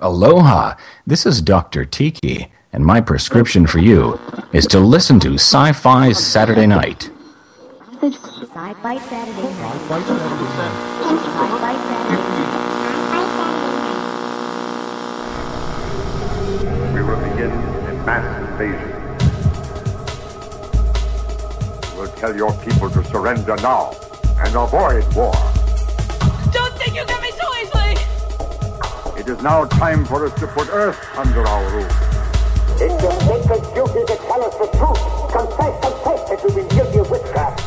Aloha, this is Dr. Tiki, and my prescription for you is to listen to Sci Fi's Saturday Night. Sci-fi Saturday night. Sci-fi Saturday We will begin a mass invasion. We'll tell your people to surrender now and avoid war. Don't think you get me so easily! It is now time for us to put Earth under our rule. It's your sacred duty to tell us the truth. Confess, confess that we will give you witchcraft.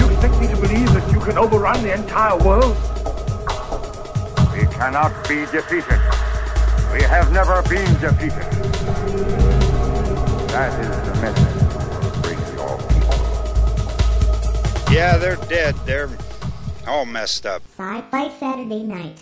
You expect me to believe that you can overrun the entire world? We cannot be defeated. We have never been defeated. That is the message. Bring your people. Yeah, they're dead. They're all messed up. night. Sci-fi Saturday night.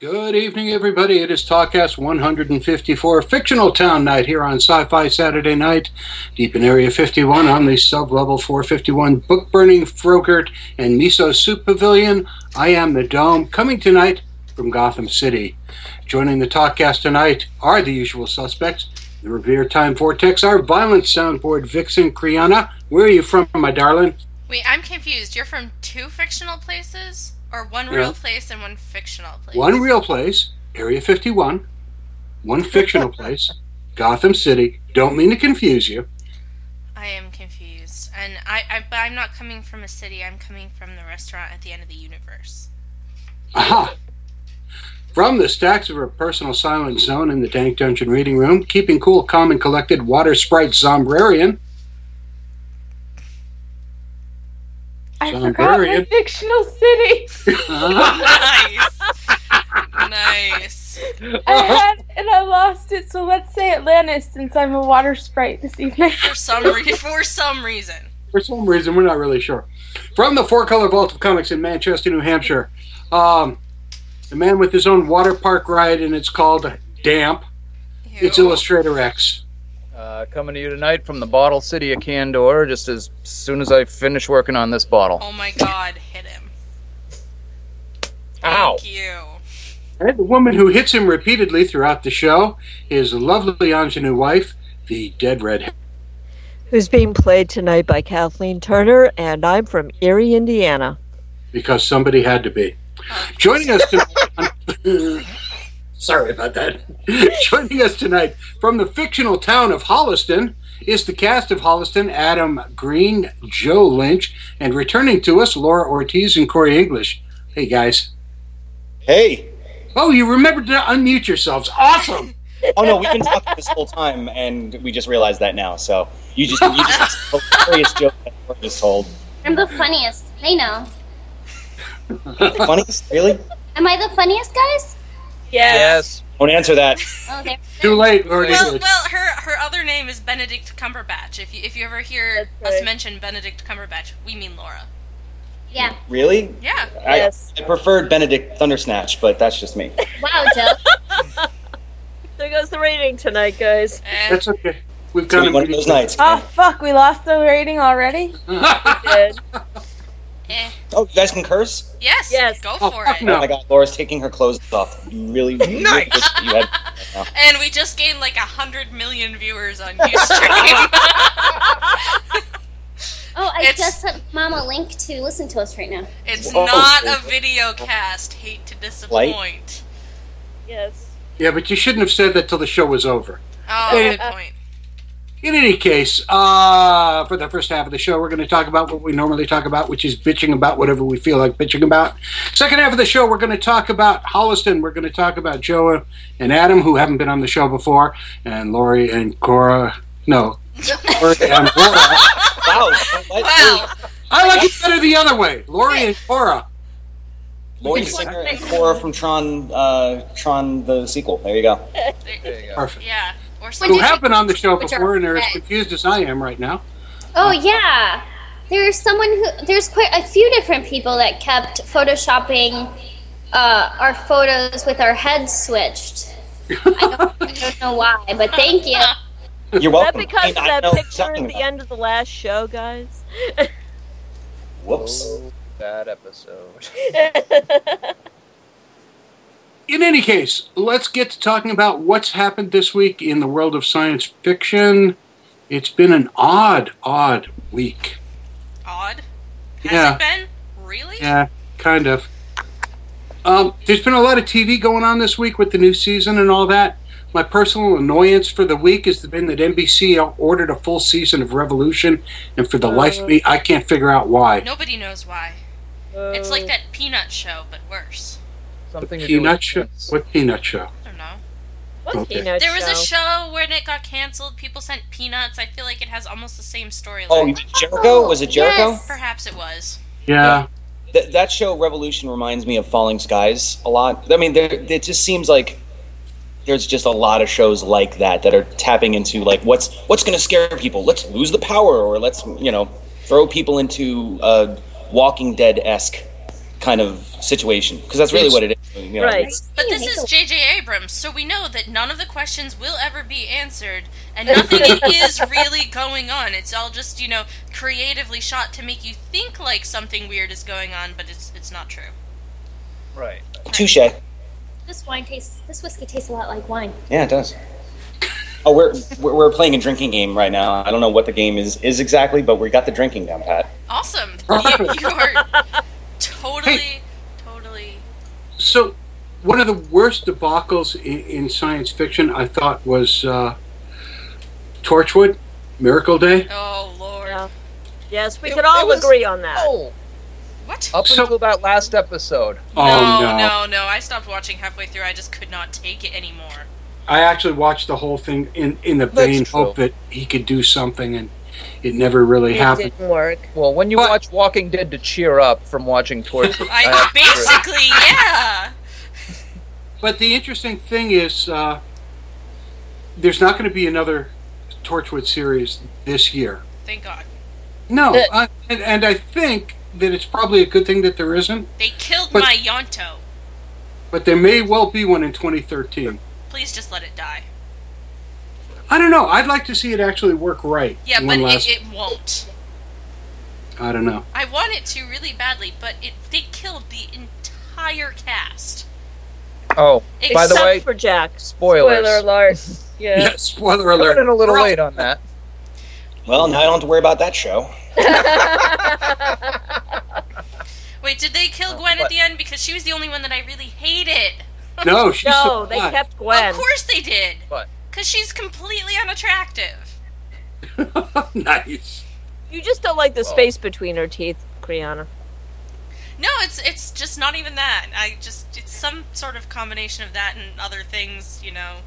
Good evening, everybody. It is Talkcast 154, Fictional Town Night here on Sci Fi Saturday Night, deep in Area 51 on the sub level 451 Book Burning Frogurt and Miso Soup Pavilion. I am the Dome, coming tonight from Gotham City. Joining the Talkcast tonight are the usual suspects. The Revere Time Vortex, our violent soundboard vixen, Kriana. Where are you from, my darling? Wait, I'm confused. You're from two fictional places? Or one Yeah. real place and one fictional place? One real place, Area 51. One fictional place, Gotham City. Don't mean to confuse you. I am confused. And I, I but I'm not coming from a city, I'm coming from the restaurant at the end of the universe. Aha! From the stacks of her personal silent zone in the Dank Dungeon reading room, keeping cool, calm, and collected, Water Sprite Zombrarian. I Sound forgot very my in- fictional city. nice. nice. I had it and I lost it, so let's say Atlantis since I'm a water sprite this evening. For some re- for some reason. For some reason, we're not really sure. From the Four Color Vault of Comics in Manchester, New Hampshire, um, the man with his own water park ride, and it's called Damp. It's Ew. Illustrator X. Uh, coming to you tonight from the bottle city of Candor, just as soon as I finish working on this bottle. Oh my god, hit him. Ow! Thank you. And the woman who hits him repeatedly throughout the show, his lovely ingenue wife, the dead redhead. who's being played tonight by Kathleen Turner, and I'm from Erie, Indiana. because somebody had to be. Joining us tonight. Sorry about that. Joining us tonight from the fictional town of Holliston is the cast of Holliston Adam Green, Joe Lynch, and returning to us, Laura Ortiz and Corey English. Hey, guys. Hey! Oh, you remembered to unmute yourselves. Awesome. Oh no, we've been talking this whole time, and we just realized that now. So you just you just told a hilarious joke that we just told. I'm the funniest. I know. Funny, really? Am I the funniest, guys? Yes. Don't answer that. Oh, there. Too late, already. Well, well, her her other name is Benedict Cumberbatch. If you if you ever hear That's us right. mention Benedict Cumberbatch, we mean Laura. Yeah. Really? Yeah. I- Yes. I, preferred Benedict Thundersnatch, but that's just me. Wow, Joe. There goes the rating tonight, guys. Eh, That's okay. We've It's gonna got be one of those nights. Ah, fuck, we lost the rating already? Good. eh. Oh, you guys can curse? Yes. Yes. Go Oh, for fuck it. no. Oh my God, Laura's taking her clothes off. You really Nice. You had, Wow. And we just gained like a hundred million viewers on Ustream. Oh, I It's- just sent Mom a link to listen to us right now. it's Whoa. not a video cast. Hate to disappoint. Yes. Yeah, but you shouldn't have said that till the show was over. Oh, Hey. good Uh, point. In any case, uh, for the first half of the show, we're going to talk about what we normally talk about, which is bitching about whatever we feel like bitching about. Second half of the show, we're going to talk about Holliston. We're going to talk about Joe and Adam, who haven't been on the show before, and Lori and Cora. No, Lori and Cora. wow. What? Well, I like it better the other way. Lori and Cora. Lori Singer and Cora from Tron, uh, Tron the sequel. There you go. There you go. Perfect. yeah. Or Who something. have been on the show Which are- before and are as confused as I am right now. Oh, yeah. There's someone who. There's quite a few different people that kept photoshopping uh, our photos with our heads switched. I don't, I don't know why, but thank you. You're That welcome. because of I that know picture something at the about- end of the last show, guys. Whoops. That episode. In in any case, let's get to talking about what's happened this week in the world of science fiction. It's been an odd, odd week. Odd? Has Yeah. it been? Really? Yeah, kind of. Um, there's been a lot of TV going on this week with the new season and all that. My personal annoyance for the week has been that NBC ordered a full season of Revolution, and for the life Oh. of me, I can't figure out why. Nobody knows why. it's Uh, like that peanut show, but worse. Something to do with- Peanut show? What peanut show? I don't know. What Okay. peanut There was a show? show when it got canceled. People sent peanuts. I feel like it has almost the same storyline. Oh, Jericho? Was it Jericho? Perhaps it was. Yeah. Th- that show Revolution reminds me of Falling Skies a lot. I mean, there, it just seems like there's just a lot of shows like that that are tapping into like what's what's going to scare people. Let's lose the power, or let's you know throw people into a Walking Dead esque kind of situation because that's really what it is. You know, it's- But this is J.J. Abrams, so we know that none of the questions will ever be answered, and nothing is really going on. It's all just, you know, creatively shot to make you think like something weird is going on, but it's it's not true. Right. Touche. This wine tastes. This whiskey tastes a lot like wine. Yeah, it does. Oh, we're we're we're playing a drinking game right now. I don't know what the game is is exactly, but we got the drinking down pat. Awesome. You, you are totally, totally. So, one of the worst debacles in, in science fiction, I thought, was uh, Torchwood, Miracle Day. Oh Lord. Yes, we It- could all it was- agree on that. What? Up until that last episode. Oh, no, no. no, no. I stopped watching halfway through. I just could not take it anymore. I actually watched the whole thing in, in the That's vain hope that he could do something, and it never really happened. didn't work. Well, when you watch Walking Dead to cheer up from watching Torchwood, I I have to agree. basically, yeah. But the interesting thing is, uh, there's not going to be another Torchwood series this year. Thank God. No, But- I, and, and I think that it's probably a good thing that there isn't, They killed But- my Yonto. but there may well be one in 2013. Please just let it die. I don't know. I'd like to see it actually work right. Yeah, one but last, it, it won't. I don't know. I want it to really badly, but it they killed the entire cast. Oh, by the Except way, for Jack. Spoilers. Spoiler alert. Yeah. spoiler alert. Coming in a little We're all- late on that. Well, now I don't have to worry about that show. Wait, did they kill Gwen at the end? Because she was the only one that I really hated. No, she's no, still they alive. kept Gwen. Of course they did. What? Because she's completely unattractive. nice. You just don't like the space between her teeth, Kriana. No, it's it's just not even that. I just it's some sort of combination of that and other things, you know.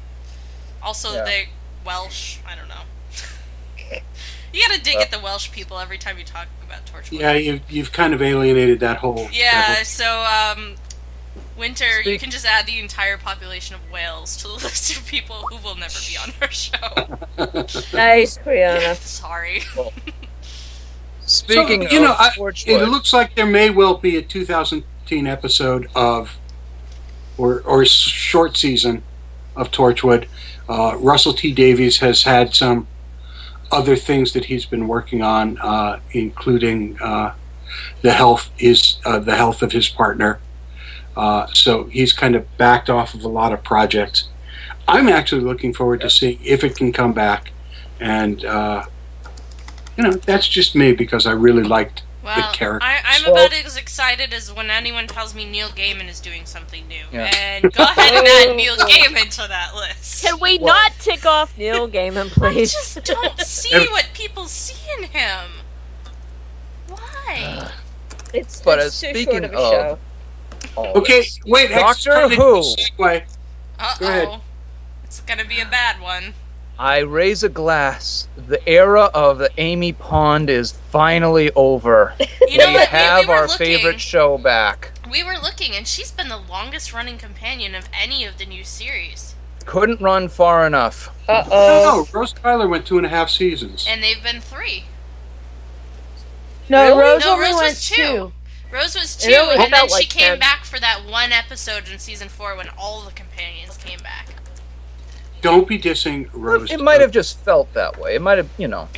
Also, Yeah. they Welsh. I don't know. you gotta dig at the Welsh people every time you talk about Torchwood. Yeah, you've, you've kind of alienated that whole. Yeah, so um, Winter, you can just add the entire population of Wales to the list of people who will never be on our show. Nice, Kriana. Sorry. Speaking so, you know, of I, Torchwood- it looks like there may well be a 2010 episode of, or or s- short season, of Torchwood. Uh, Russell T Davies has had some other things that he's been working on, uh, including uh, the health is uh, the health of his partner. Uh, so he's kind of backed off of a lot of projects. I'm actually looking forward to seeing if it can come back, and uh, you know that's just me because I really liked Well, the character. I, I'm about as excited as when anyone tells me Neil Gaiman is doing something new. Yeah. And go ahead and add Neil Gaiman to that list. Can we not tick off Neil Gaiman, please? Don't see Every- what people see in him. Why? It's, But it's as too speaking short of a of- show. okay, wait, Doctor actually, Who. segue. Uh Go ahead. oh. It's gonna be a bad one. I raise a glass. The era of the Amy Pond is finally over. You know we what? We- we have were our looking. favorite show back. We were looking, and she's been the longest running companion of any of the new series. Couldn't run far enough. No, no, Rose Tyler went two and a half seasons. And they've been three. No, Really? Rose No, only Rose was went two. two. Rose was It two, only and then felt she like came ten. back for that one episode in season four when all the companions came back. Don't be dissing Rose. It might have just felt that way. It might have, you know.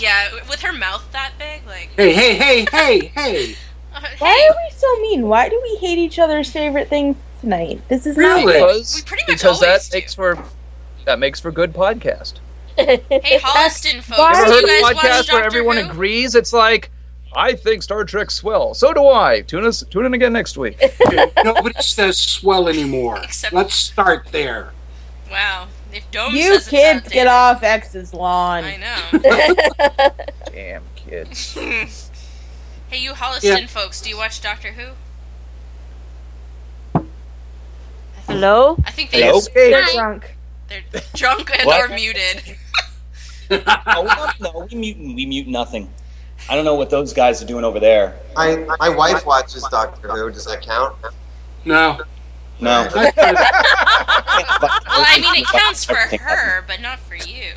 yeah, with her mouth that big, like. Hey, hey, hey, hey, hey! Uh, Why are we so mean? Why do we hate each other's favorite things tonight. This is Really? not Because, because that makes for that makes for good podcast. good. hey, Holliston folks, Ever do heard you a guys watch podcast where Doctor everyone Who? agrees? It's like I think Star Trek's swell. So do I. Tune us. Tune in again next week. Nobody says swell anymore. Let's start there. Wow. If Dome You says kids get off X's lawn. I know. Damn kids. hey, you Holliston Yeah. folks, do you watch Doctor Who? Hello? I think they Hello? They're drunk. They're drunk and What? are muted. no, we- no, we mute we mute nothing. I don't know what those guys are doing over there. My, my wife watches Doctor Who. Does that count? No. No. Well, I mean, it counts for her, but not for you.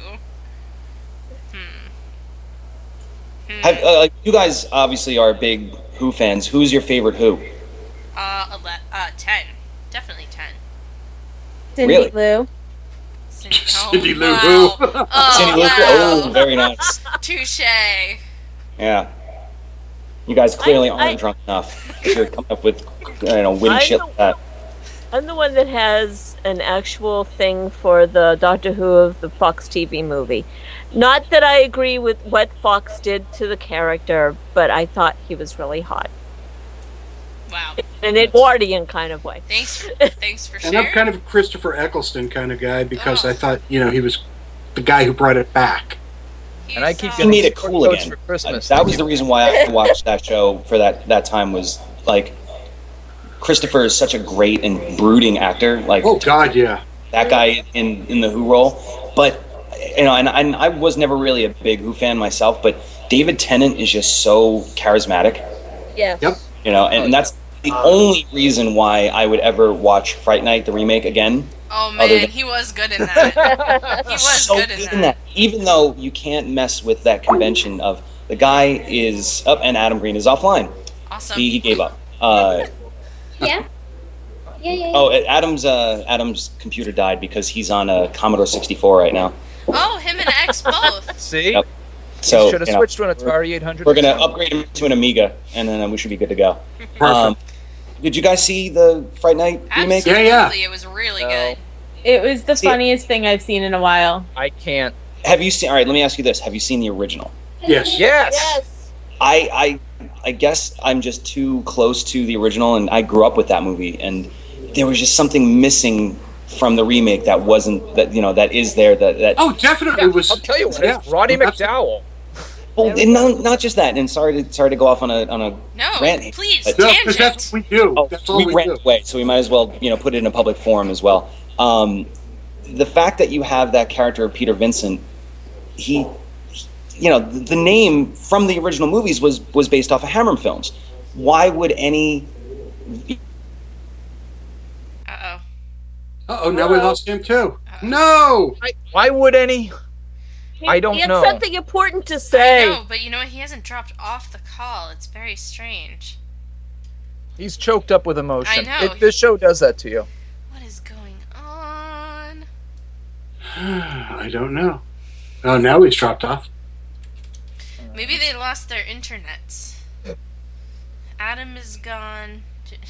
Have, uh, like, you guys obviously are big Who fans. Who's your favorite Who? Uh, ele- uh, ten, definitely ten. Cindy Really? Lou. Cindy, Cindy Lou wow. Who. Oh, Cindy Lou Who. wow. Oh, very nice. Touche. Yeah. You guys clearly I- aren't I- drunk enough. You're coming up with you know witty shit like that. I'm the one that has an actual thing for the Doctor Who of the Fox TV movie. Not that I agree with what Fox did to the character, but I thought he was really hot. Wow. In an Edwardian kind of way. Thanks. Thanks for And I'm sharing. kind of a Christopher Eccleston kind of guy because I thought, you know, he was the guy who brought it back. And I keep You getting need it sport cool coats again. for Christmas. that was the reason why I watched that show for that that time was like Christopher is such a great and brooding actor. Like oh god, yeah, that guy in in the Who role. But you know, and, and I was never really a big Who fan myself, but David Tennant is just so charismatic. Yeah. Yep. You know, and, and that's the only reason why I would ever watch Fright Night the remake again. Oh Other man, than- he was good in that. he was good in Even that, even though you can't mess with that convention of the guy is up and Adam Green is offline. Awesome. He, he gave up. Uh, Yeah. Yeah, yeah, yeah. oh, Adam's uh, Adam's computer died because he's on a Commodore 64 right now. Oh, him and X both. See? Yep. So should have you know, switched to an Atari 800. We're gonna upgrade him to an Amiga, and then we should be good to go. Um, did you guys see the Fright Night remake? Absolutely, it was really good. It was the funniest thing I've seen in a while. I can't. Have you seen? All right, let me ask you this: Have you seen the original? Yes. Yes. I, I, I guess I'm just too close to the original, and I grew up with that movie, and there was just something missing from the remake that wasn't that you know that is there that that Oh, definitely was. I'll tell you what. it's Roddy McDowell. Well, and not, not just that, and sorry to sorry to go off on a on a no, rant. here, please, but- Oh, tangent. we do. That's all we, we rant away, so we might as well you know put it in a public forum as well. Um, the fact that you have that character of Peter Vincent, he, he- you know, the, the name from the original movies was was based off of Hammer films. Why would any? Uh oh, now we lost him too. No. why would any? I don't he had know. something important to say. No, but you know what? He hasn't dropped off the call. It's very strange. He's choked up with emotion. I know. It- this show does that to you. What is going on? I don't know. Oh, now he's dropped off. Maybe they lost their internets. Adam is gone.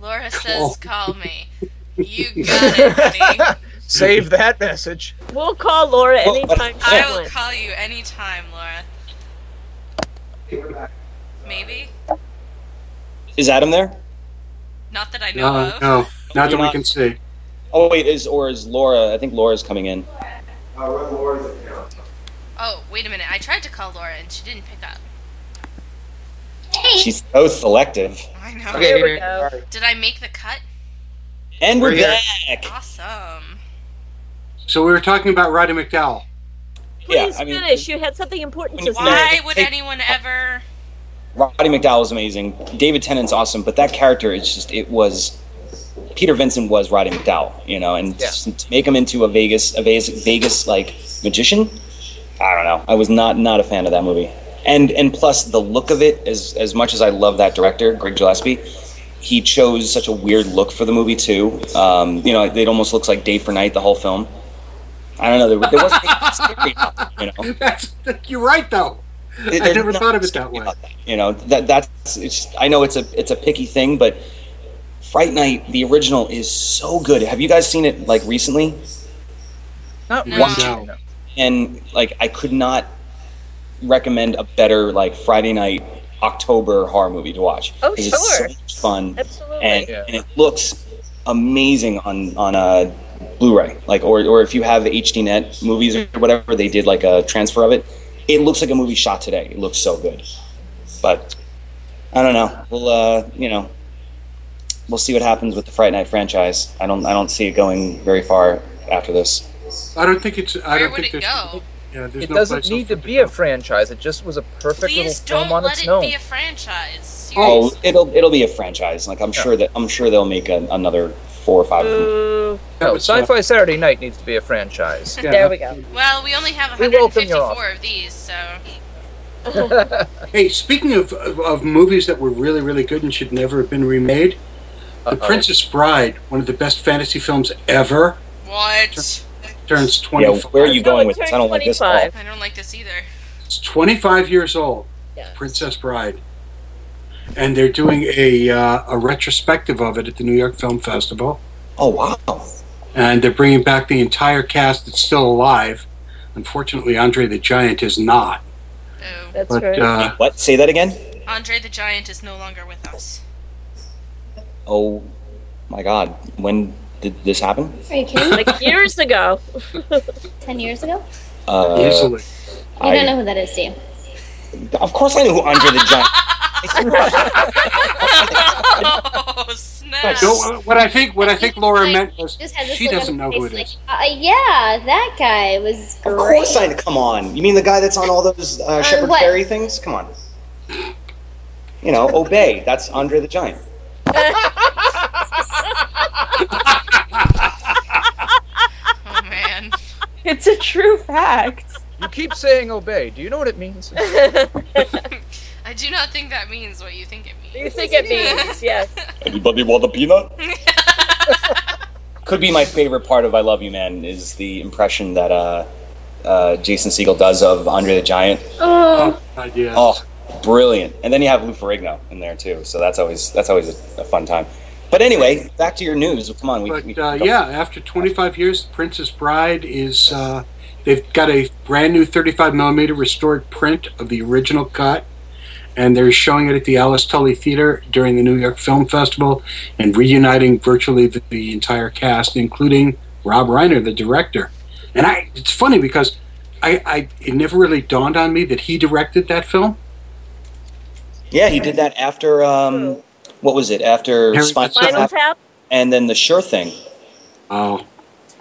Laura says, "Call me." You got it, honey. Save that message. We'll call Laura Well, but- anytime she I will wants. call you anytime, Laura. Maybe. Is Adam there? Not that I know No, of. no, not that You're we not- can see. Oh wait, is or is Laura? I think Laura's coming in. Oh, wait a minute. I tried to call Laura and she didn't pick up. She's so selective. I know. Okay, Here we go. Did I make the cut? And we're, We're here. back. Awesome. So we were talking about Roddy McDowell. Yeah, Please I mean, finish. You had something important to say. Why would anyone ever? Roddy McDowell is amazing. David Tennant's awesome, but that character is just it was Peter Vincent was Roddy McDowell, you know, and just to make him into a Vegas a Vegas, Vegas like magician. I don't know. I was not not a fan of that movie. And and plus the look of it as as much as I love that director, Greg Gillespie, he chose such a weird look for the movie too. Um, you know, it almost looks like day for night the whole film. I don't know. There, there wasn't anything scary about it, you know. That's, you're right, though. It- I it- never no, thought of it that way. you know that that's it's i know it's a it's a picky thing but Fright Night, the original, is so good. Have you guys seen it like recently? Not Mm, Wow. really. And like, I could not recommend a better like Friday night October horror movie to watch. Oh, 'Cause It's so sure. much fun, Absolutely. and, and it looks amazing on on a Blu-ray, like or or if you have HDNet movies or whatever, they did like a transfer of it. It looks like a movie shot today. It looks so good, but I don't know. We'll uh, you know, we'll see what happens with the Fright Night franchise. I don't I don't see it going very far after this. I don't think it's. I don't think there's. Yeah, there's It no doesn't place need to be a franchise. It just was a perfect Please little don't film on let its it own. be a franchise. Oh, it'll it'll be a franchise. Like I'm sure that I'm sure they'll make a, another four or five. of them. no, Sci-Fi Saturday Night needs to be a franchise. There we go. Well, we only have We welcome your 154 of these, so. hey, speaking of, of, of movies that were really, really good and should never have been remade, The Princess Bride, one of the best fantasy films ever, What? turns 25. Yeah, where are you going with this? I don't like this at all. I don't like this either. It's 25 years old, Princess Bride. And they're doing a, uh, a retrospective of it at the New York Film Festival. Oh, wow. And they're bringing back the entire cast that's still alive. Unfortunately, Andre the Giant is not. That's but, right. uh, what? Say that again? Andre the Giant is no longer with us. Oh my God! When did this happen? Are you kidding? like years ago. Ten years ago? Uh, Easily. You I- don't know who that is, do you? Of course, I knew who Andre the Giant. oh, snap. So, uh, what I think, what I think Laura meant was Just had this she look on doesn't his know who it face is. like, Uh, yeah, that guy was great. Of course, I come on. You mean the guy that's on all those uh, Shepard what? Fairey things? Come on. You know, obey. That's Andre the Giant. Oh, man. It's a true fact. You keep saying obey. Do you know what it means? Uh, I do not think that means what you think it means. You think it means, yes. Anybody want a peanut? Could be my favorite part of "I Love You, Man" is the impression that uh, uh, Jason Segel does of Andre the Giant. Oh. uh, Oh, brilliant! And then you have Lou Ferrigno in there too, so that's always that's always a, a fun time. But anyway, back to your news. Come on, we, we Uh, yeah, after 25 years, Princess Bride is. Uh, they've got a brand new 35 millimeter restored print of the original cut, and they're showing it at the Alice Tully Theater during the New York Film Festival and reuniting virtually the, the entire cast, including Rob Reiner, the director. And I, it's funny because I, I, it never really dawned on me that he directed that film. Yeah, he did that after um, what was it? After Spinal Spinal Tap, Tap? and then the Sure Thing. Oh.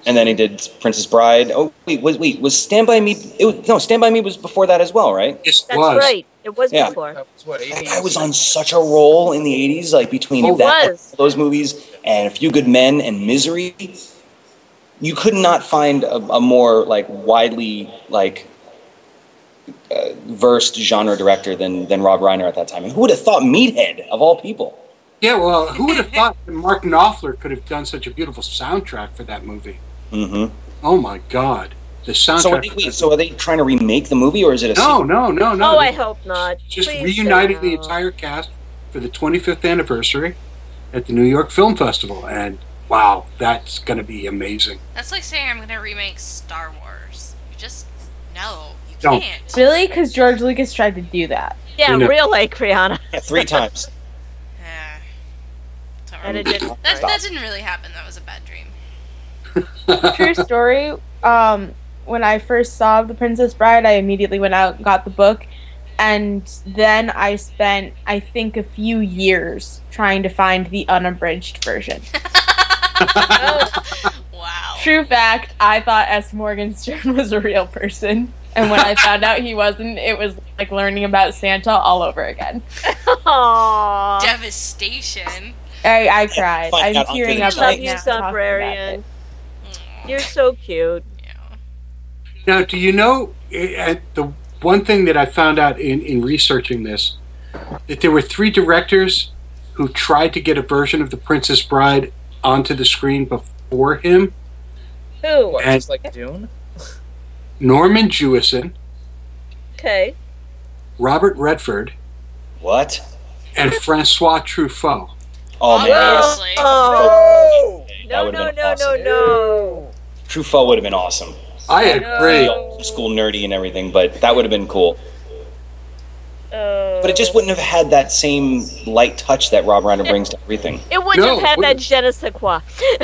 And then he did Princess Bride. Oh wait, was wait was Stand by Me? It was, no, Stand by Me was before that as well, right? Yes, That's right. It was Yeah. before. I was on such a roll in the '80s, like between It that, was. those movies and A Few Good Men and Misery. You could not find a, a more like widely like uh, versed genre director than than Rob Reiner at that time. And who would have thought Meathead of all people? Yeah, well, who would have thought that Mark Knopfler could have done such a beautiful soundtrack for that movie? Mm-hmm. Oh my God, the soundtrack. So are, they, wait, so are they trying to remake the movie, or is it a no, no, no, no. Oh, I hope not. just Please reunited say the entire cast for the 25th anniversary at the New York Film Festival, and wow, that's going to be amazing. That's like saying I'm gonna remake Star Wars. You just no, you Don't. can't. Really? Because George Lucas tried to do that. Yeah, You know- real like Rihanna. sequel? three times? And it didn't. That, that didn't really happen. That was a bad dream. True story. Um, when I first saw The Princess Bride, I immediately went out and got the book, and then I spent, I think, a few years trying to find the unabridged version. wow. True fact. I thought S. Morgan Stern was a real person, and when I found out he wasn't, it was like learning about Santa all over again. Aww. Devastation. I, I cried. Find I'm out tearing under up the right sheets. now. Love you, talking about Sombrarian. it. You're so cute. Now, do you know eh, eh, the one thing that I found out in, in researching this that there were three directors who tried to get a version of The Princess Bride onto the screen before him. Who? What, And- just like Dune? Norman Jewison, Okay. Robert Redford, What? and Francois Truffaut. Oh man, I was- Oh, that no, would no, have been no, no, no. Truffaut would have been awesome. I agree. Old School nerdy and everything, but that would have been cool. Oh. But it just wouldn't have had that same light touch that Rob Reiner brings to everything. It wouldn't No, have had it that je ne sais quoi.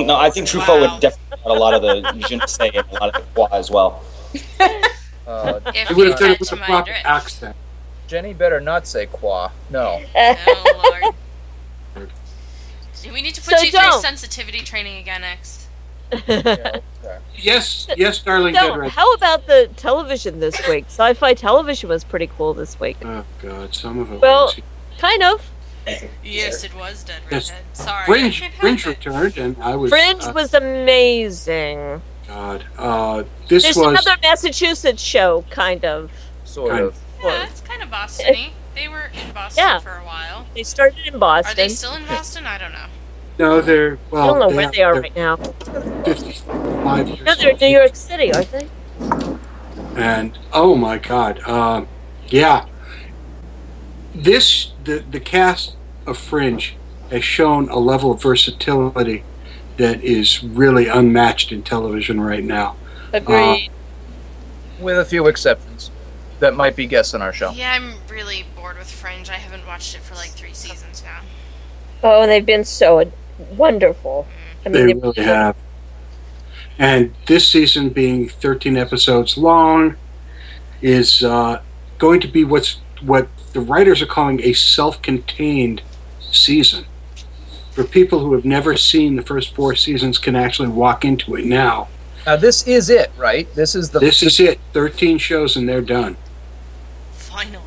no, I think Truffaut would definitely had a lot of the je ne sais and a lot of the quoi as well. If It would have you done it catch with a my proper drift. accent. Jenny better not say qua. No. Do we need to put So you through don't. sensitivity training again, X? Yes, yes, darling. No, Dead Red. how about the television this week? Sci-fi television was pretty cool this week. Oh God, some of it. Well, was. kind of. Yes, it was dead Yes. redhead. Sorry. Fringe, Fringe returned, and I was. Fringe uh, was amazing. God, uh, this There's was. another Massachusetts show, kind of. Sort Kind of. Yeah, it's kind of Boston-y. They were in Boston Yeah. for a while. They started in Boston. Are they still in Boston? I don't know. No, they're. Well, I don't know they where are- they are they're right now. 55 years No, they're in New York City, aren't they? and oh my god um, yeah this the, the cast of fringe has shown a level of versatility that is really unmatched in television right now Agreed. Uh, With a few exceptions that might be guests on our show. Yeah, I'm really bored with Fringe. I haven't watched it for like three seasons now. Oh, and they've been so wonderful. I mean, they they've- really have and this season being 13 episodes long is uh, going to be what's what the writers are calling a self-contained season for people who have never seen the first four seasons can actually walk into it now Now this is it, right? This is the This is it. Thirteen shows and they're done. Finally.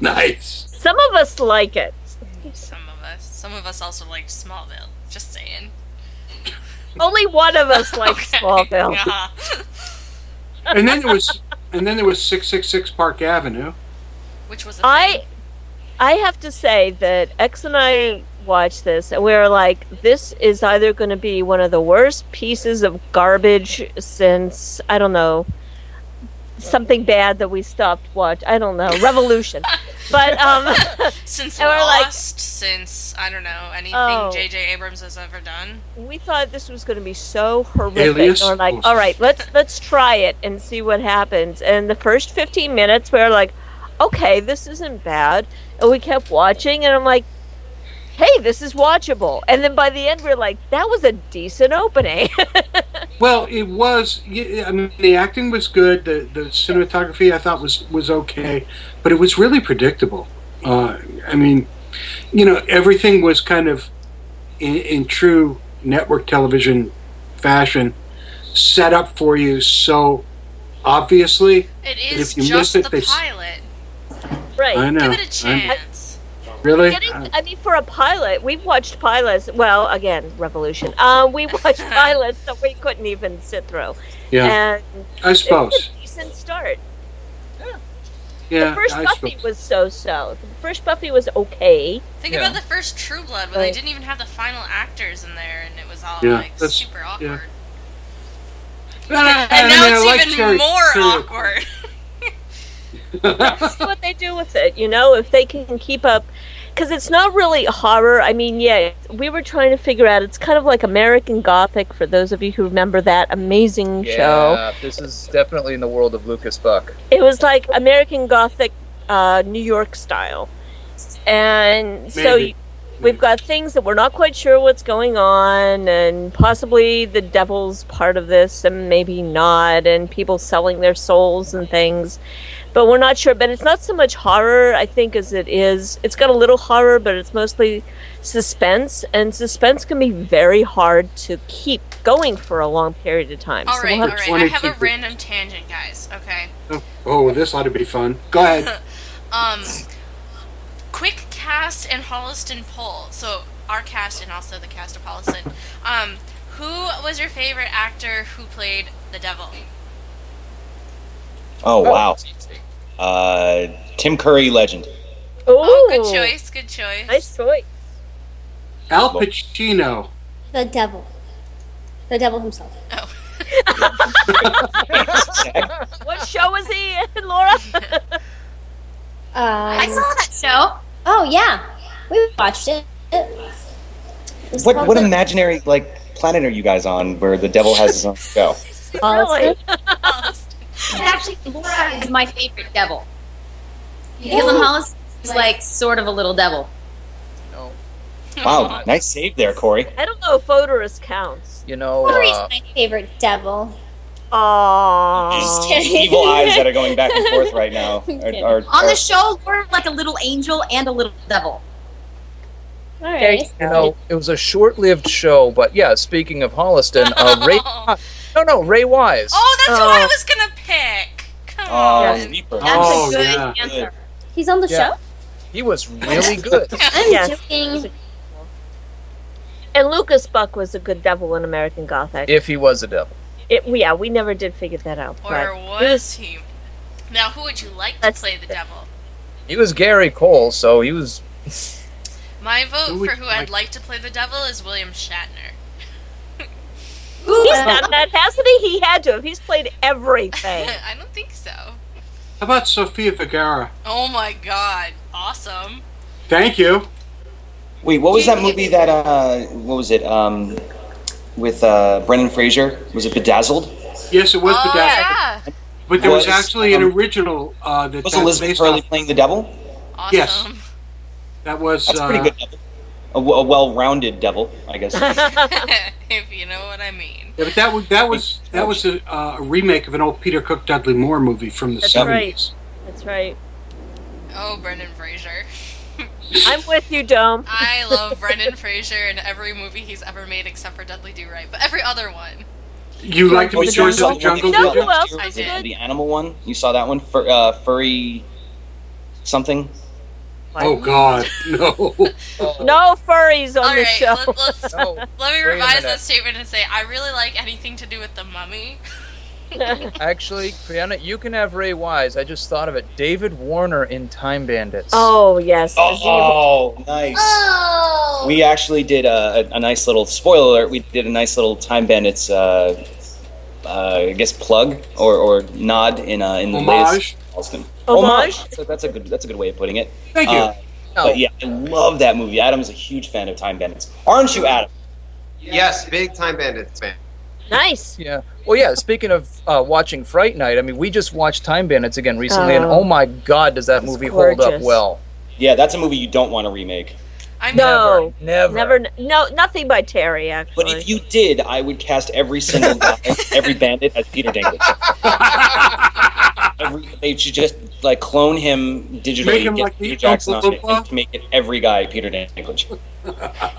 nice. Some of us like it. Some of us. Some of us also liked Smallville. Just saying. Only one of us likes Smallville. Yeah. And then there was, and then there was six six six Park Avenue. Which was a I, I have to say that X and I watched this, and we were like, "This is either going to be one of the worst pieces of garbage since I don't know something bad that we stopped watch. I don't know Revolution." but um, since and we're like, Lost, since I don't know anything Oh. J.J. Abrams has ever done. we thought this was going to be so horrific. Alias? And we're like, Oh. all right, let's let's try it and see what happens. And the first 15 minutes, we are like, okay, this isn't bad. And we kept watching, and I'm like, hey, this is watchable. And then by the end, we are like, that was a decent opening. Well, it was. y- I mean, the acting was good. The the cinematography I thought was was okay, but it was really predictable. Uh, I mean, you know, everything was kind of in, in true network television fashion set up for you so obviously. It that is if you just miss it, the they s- pilot. right. I know, Give it a I know. chance. Really? Getting, I mean, for a pilot, we've watched pilots. Well, again, Revolution. Uh, we watched pilots that we couldn't even sit through. Yeah. And I it was a suppose. decent start. Yeah, the first I Buffy suppose. was so-so. The first Buffy was okay. Think about the first True Blood when they Right. didn't even have the final actors in there, and it was all Yeah, like that's- super awkward. yeah. And now I it's like even Cherry- more Cherry- awkward. see what they do with it. You know, if they can keep up, because it's not really horror. I mean, yeah, we were trying to figure out. It's kind of like American Gothic for those of you who remember that amazing show. Yeah, this is definitely in the world of Lucas Buck. It was like American Gothic, uh, New York style, and so. Maybe. You, We've got things that we're not quite sure what's going on, and possibly the devil's part of this, and maybe not, and people selling their souls and things. But we're not sure. But it's not so much horror, I think, as it is. It's got a little horror, but it's mostly suspense, and suspense can be very hard to keep going for a long period of time. All So right, we'll all have- right. I have a 22 random tangent, guys. Okay. Oh, this ought to be fun. Go ahead. um, quick cast and Holliston poll. So our cast and also the cast of Holliston. Um, who was your favorite actor who played the devil? Oh wow. Uh, Tim Curry legend. Oh, good choice. Good choice. Nice choice. Al Pacino. The devil. The devil himself. what show was Um, I he in, Laura? saw that show. Oh yeah. We watched it. What what imaginary like planet are you guys on where the devil has his own show? Really? Actually, Laura is my favorite devil. Helen Hollis is like sort of a little devil. Wow, nice save there, Corey. I don't know if Odorous counts. You know, Corey's uh, my favorite devil. Aww. Just kidding. evil eyes that are going back and forth right now. Are, are, On are- the show, Laura like a little angel and a little devil. All you know, it was a short-lived show, but yeah. Speaking of Holliston, uh, Ray, no, no, Ray Wise. Oh, that's who I was gonna pick. Come Oh, on. Reaper. That's a Oh, good yeah. answer. He's on the Yeah. show? He was really good. I'm Yes. joking. And Lucas Buck was a good devil in American Gothic. if he was a devil, It, yeah, we never did figure that out. Or but- was he? Now, who would you like to play the devil? he was Gary Cole, so he was. My vote Who would for you who I'd like to play the devil is William Shatner. He's done that, hasn't he? He had to have. He's played everything. I don't think so. How about Sofia Vergara? Oh my god. Awesome. Thank you. wait, what was that movie that uh, what was it um, with uh, Brendan Fraser? Was it Bedazzled? Yes, it was oh, bedazzled. yeah. But there was Was, actually an um, original uh, that Was that's Elizabeth based Hurley off- playing the devil? Yes, that was. That's a uh, pretty good devil. A, w- a well-rounded devil, I guess. if you know what I mean. Yeah, but that was that was that was a, uh, a remake of an old Peter Cook Dudley Moore movie from the That's seventies. right. That's right. Oh, Brendan Fraser. I'm with you, Dome. I love Brendan Fraser in every movie he's ever made except for Dudley Do Right, but every other one. You like to be Oh, George you of the saw one Jungle? that came did you? out last year? Was it The animal one. You saw that one? Fur, uh, furry something. Oh God, no! No furries on All the right, show. let, let's, let me Oh, wait a revise minute. that statement and say I really like anything to do with the mummy. Actually, Brianna, you can have Ray Wise. I just thought of it. David Warner in Time Bandits. Oh yes. Oh, nice. Oh. We actually did a, a, a nice little spoiler alert. We did a nice little Time Bandits, uh, uh, I guess, plug or, or nod in uh, in the Homage? latest Halston. Homage? That's a, that's a good that's a good way of putting it. Thank you. Uh, But yeah, I love that movie. Adam's a huge fan of Time Bandits, aren't you, Adam? Yes, big time bandits fan. Nice. Yeah. Well, yeah. Speaking of uh, watching Fright Night, I mean, we just watched Time Bandits again recently, and Oh. oh my God, does that movie hold up gorgeous. well? Yeah, that's a movie you don't want to remake. I'm no. Never. Never. No. Nothing by Terry. Actually. But if you did, I would cast every single guy, every bandit as Peter Dinklage. every, they should just like clone him digitally, Make him get like the Peter Jackson on it, Oompa and make it every guy Peter Dinklage.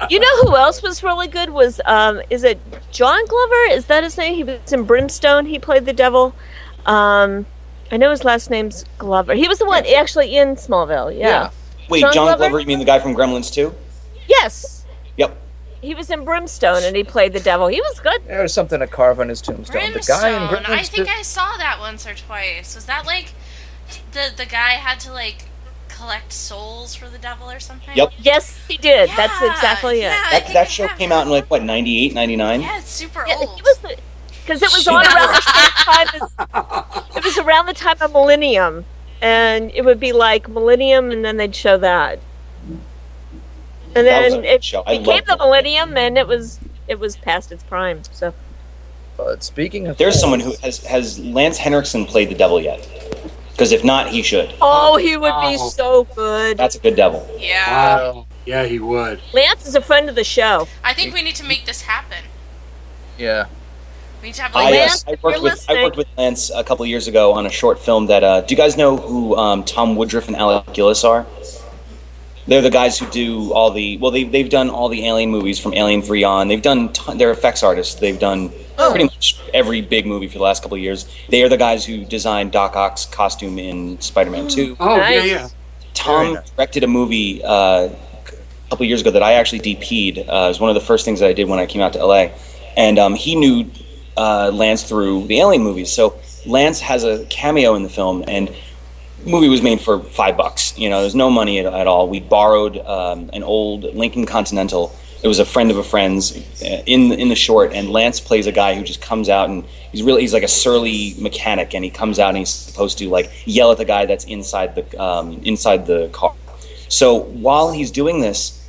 You know who else was really good was um is it John Glover? Is that his name? He was in Brimstone. He played the devil. Um, I know his last name's Glover. He was the one actually in Smallville. Yeah. Wait, John John, Glover? Glover? You mean the guy from Gremlins too? Yes. Yep. He was in Brimstone and he played the devil. He was good. There's something to carve on his tombstone. The guy in Brimstone. I Gremlins think did- I saw that once or twice. Was that like the the guy had to like collect souls for the devil or something? Yep. Yes, he did. That's Yeah, exactly it. yeah, I That, that show came out in like what 98, 99? Yeah, it's super Yeah, old. he was the because it was on around the same time as it was around the time of Millennium, and it would be like Millennium, and then they'd show that, and That was a then good it show. I became loved the Millennium, and it was it was past its prime. So But Uh, speaking of, There's someone who has has Lance Henriksen played the devil yet? Because if not, he should. oh, he would be Wow. so good. That's a good devil. yeah. Yeah, he would. Lance is a friend of the show. I think we need to make this happen. yeah. We need to have a I, uh, Lance. I if worked you're with I worked listening. with Lance a couple years ago on a short film that. Uh, do you guys know who um, Tom Woodruff and Alec Gillis are? They're the guys who do all the well. They they've done all the Alien movies from Alien Three on. They've done ton, they're effects artists. They've done Oh. pretty much every big movie for the last couple of years. They are the guys who designed Doc Ock's costume in Spider Man Two. Oh Nice. yeah, yeah. Tom directed a movie uh, a couple years ago that I actually DP'd. Uh, it was one of the first things that I did when I came out to LA. And um, he knew uh, Lance through the Alien movies. So Lance has a cameo in the film, and the movie was made for five bucks. You know, there's no money at, at all. We borrowed um, an old Lincoln Continental. It was a friend of a friend's uh, in in the short, and Lance plays a guy who just comes out and he's really he's like a surly mechanic, and he comes out and he's supposed to like yell at the guy that's inside the um, inside the car. So while he's doing this,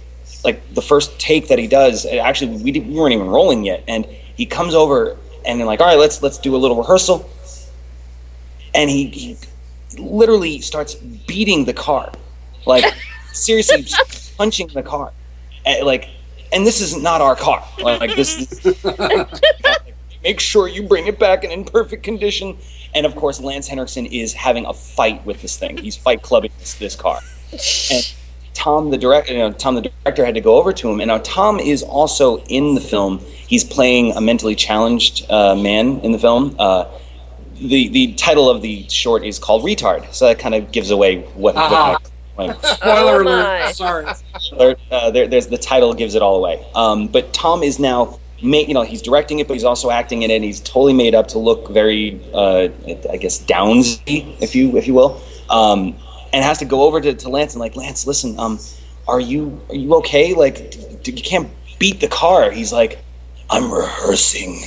like the first take that he does, and actually we, did, we weren't even rolling yet, and he comes over and then like, all right, let's let's do a little rehearsal, and he, he literally starts beating the car, like seriously just punching the car, And, Eh, like, and this is not our car, like this. make sure you bring it back and in perfect condition. And of course, Lance Henriksen is having a fight with this thing. He's fight clubbing this, this car. And Tom, the director, you know, Tom, the director, had to go over to him. And now Tom is also in the film. He's playing a mentally challenged uh, man in the film. Uh, the the title of the short is called "Retard," so that kind of gives away what. what Ah. kind of- Oh Spoiler Oh, alert. Sorry. alert, uh, there, there's the title gives it all away. Um, but Tom is now, ma- you know, he's directing it, but he's also acting in it. He's totally made up to look very, uh, I guess, downsy, if you if you will, um, and has to go over to, to Lance and like, Lance, listen, um, are you are you okay? Like, d- d- you can't beat the car. He's like, I'm rehearsing.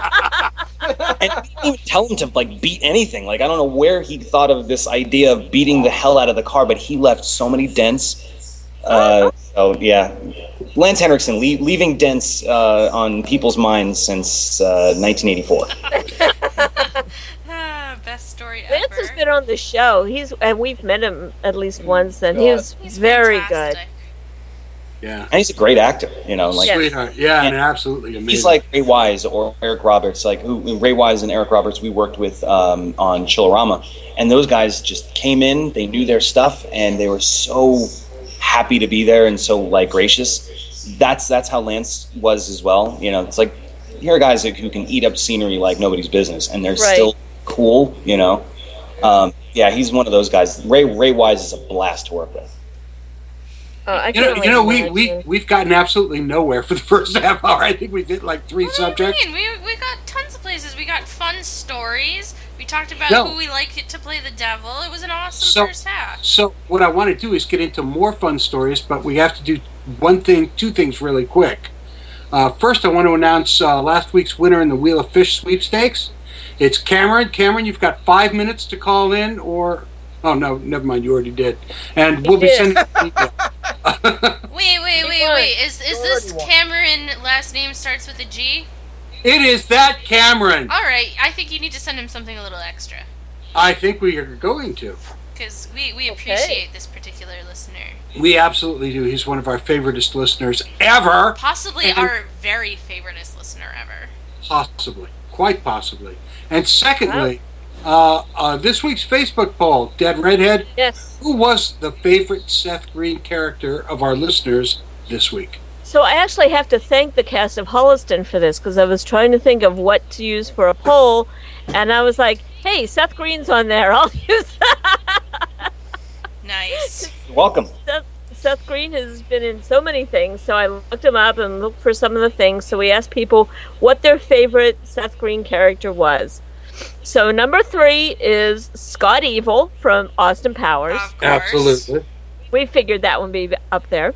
and I didn't even tell him to like beat anything. Like I don't know where he thought of this idea of beating the hell out of the car, but he left so many dents. Uh, so yeah, Lance Henriksen le- leaving dents uh, on people's minds since uh, 1984. Ah, Best story ever. Mm. Lance has been on the show. He's and we've met him at least once, Oh, and he was very Yeah, and he's a great actor. You know, like Sweetheart. Yeah, and absolutely amazing. He's like Ray Wise or Eric Roberts. Like who Ray Wise and Eric Roberts we worked with um, on Chillerama, and those guys just came in. They knew their stuff, and they were so happy to be there and so like gracious. That's that's how Lance was as well. You know, it's like here are guys who can eat up scenery like nobody's business, and they're Right. still cool. You know, um, yeah, he's one of those guys. Ray Ray Wise is a blast to work with. Oh, I you know, you know, we we we've gotten absolutely nowhere for the first half hour. I think we did like three subjects. I mean, we, we got tons of places. We got fun stories. We talked about No. who we like to play the devil. It was an awesome So- first half. So what I want to do is get into more fun stories, but we have to do one thing, two things really quick. Uh, first, I want to announce uh, last week's winner in the Wheel of Fish sweepstakes. It's Cameron. Cameron, you've got five minutes to call in, or oh no, never mind, you already did. And we'll be did. sending. Wait, wait, wait, wait. Is is this Cameron last name starts with a G? It is that Cameron. All right, I think you need to send him something a little extra I think we are going to. because we we appreciate this particular listener, We absolutely do. He's one of our favoriteest listeners ever. possibly And- our very favoriteest listener ever. Possibly, quite possibly. And secondly, uh, uh, this week's Facebook poll, Dead Redhead. Yes. Who was the favorite Seth Green character of our listeners this week? good. So I actually have to thank the cast of Holliston for this because I was trying to think of what to use for a poll, and I was like, "Hey, Seth Green's on there. I'll use Nice. You're welcome. Seth, Seth Green has been in so many things, so I looked him up and looked for some of the things. So we asked people what their favorite Seth Green character was. So number three is Scott Evil from Austin Powers. Absolutely. We figured that one be up there.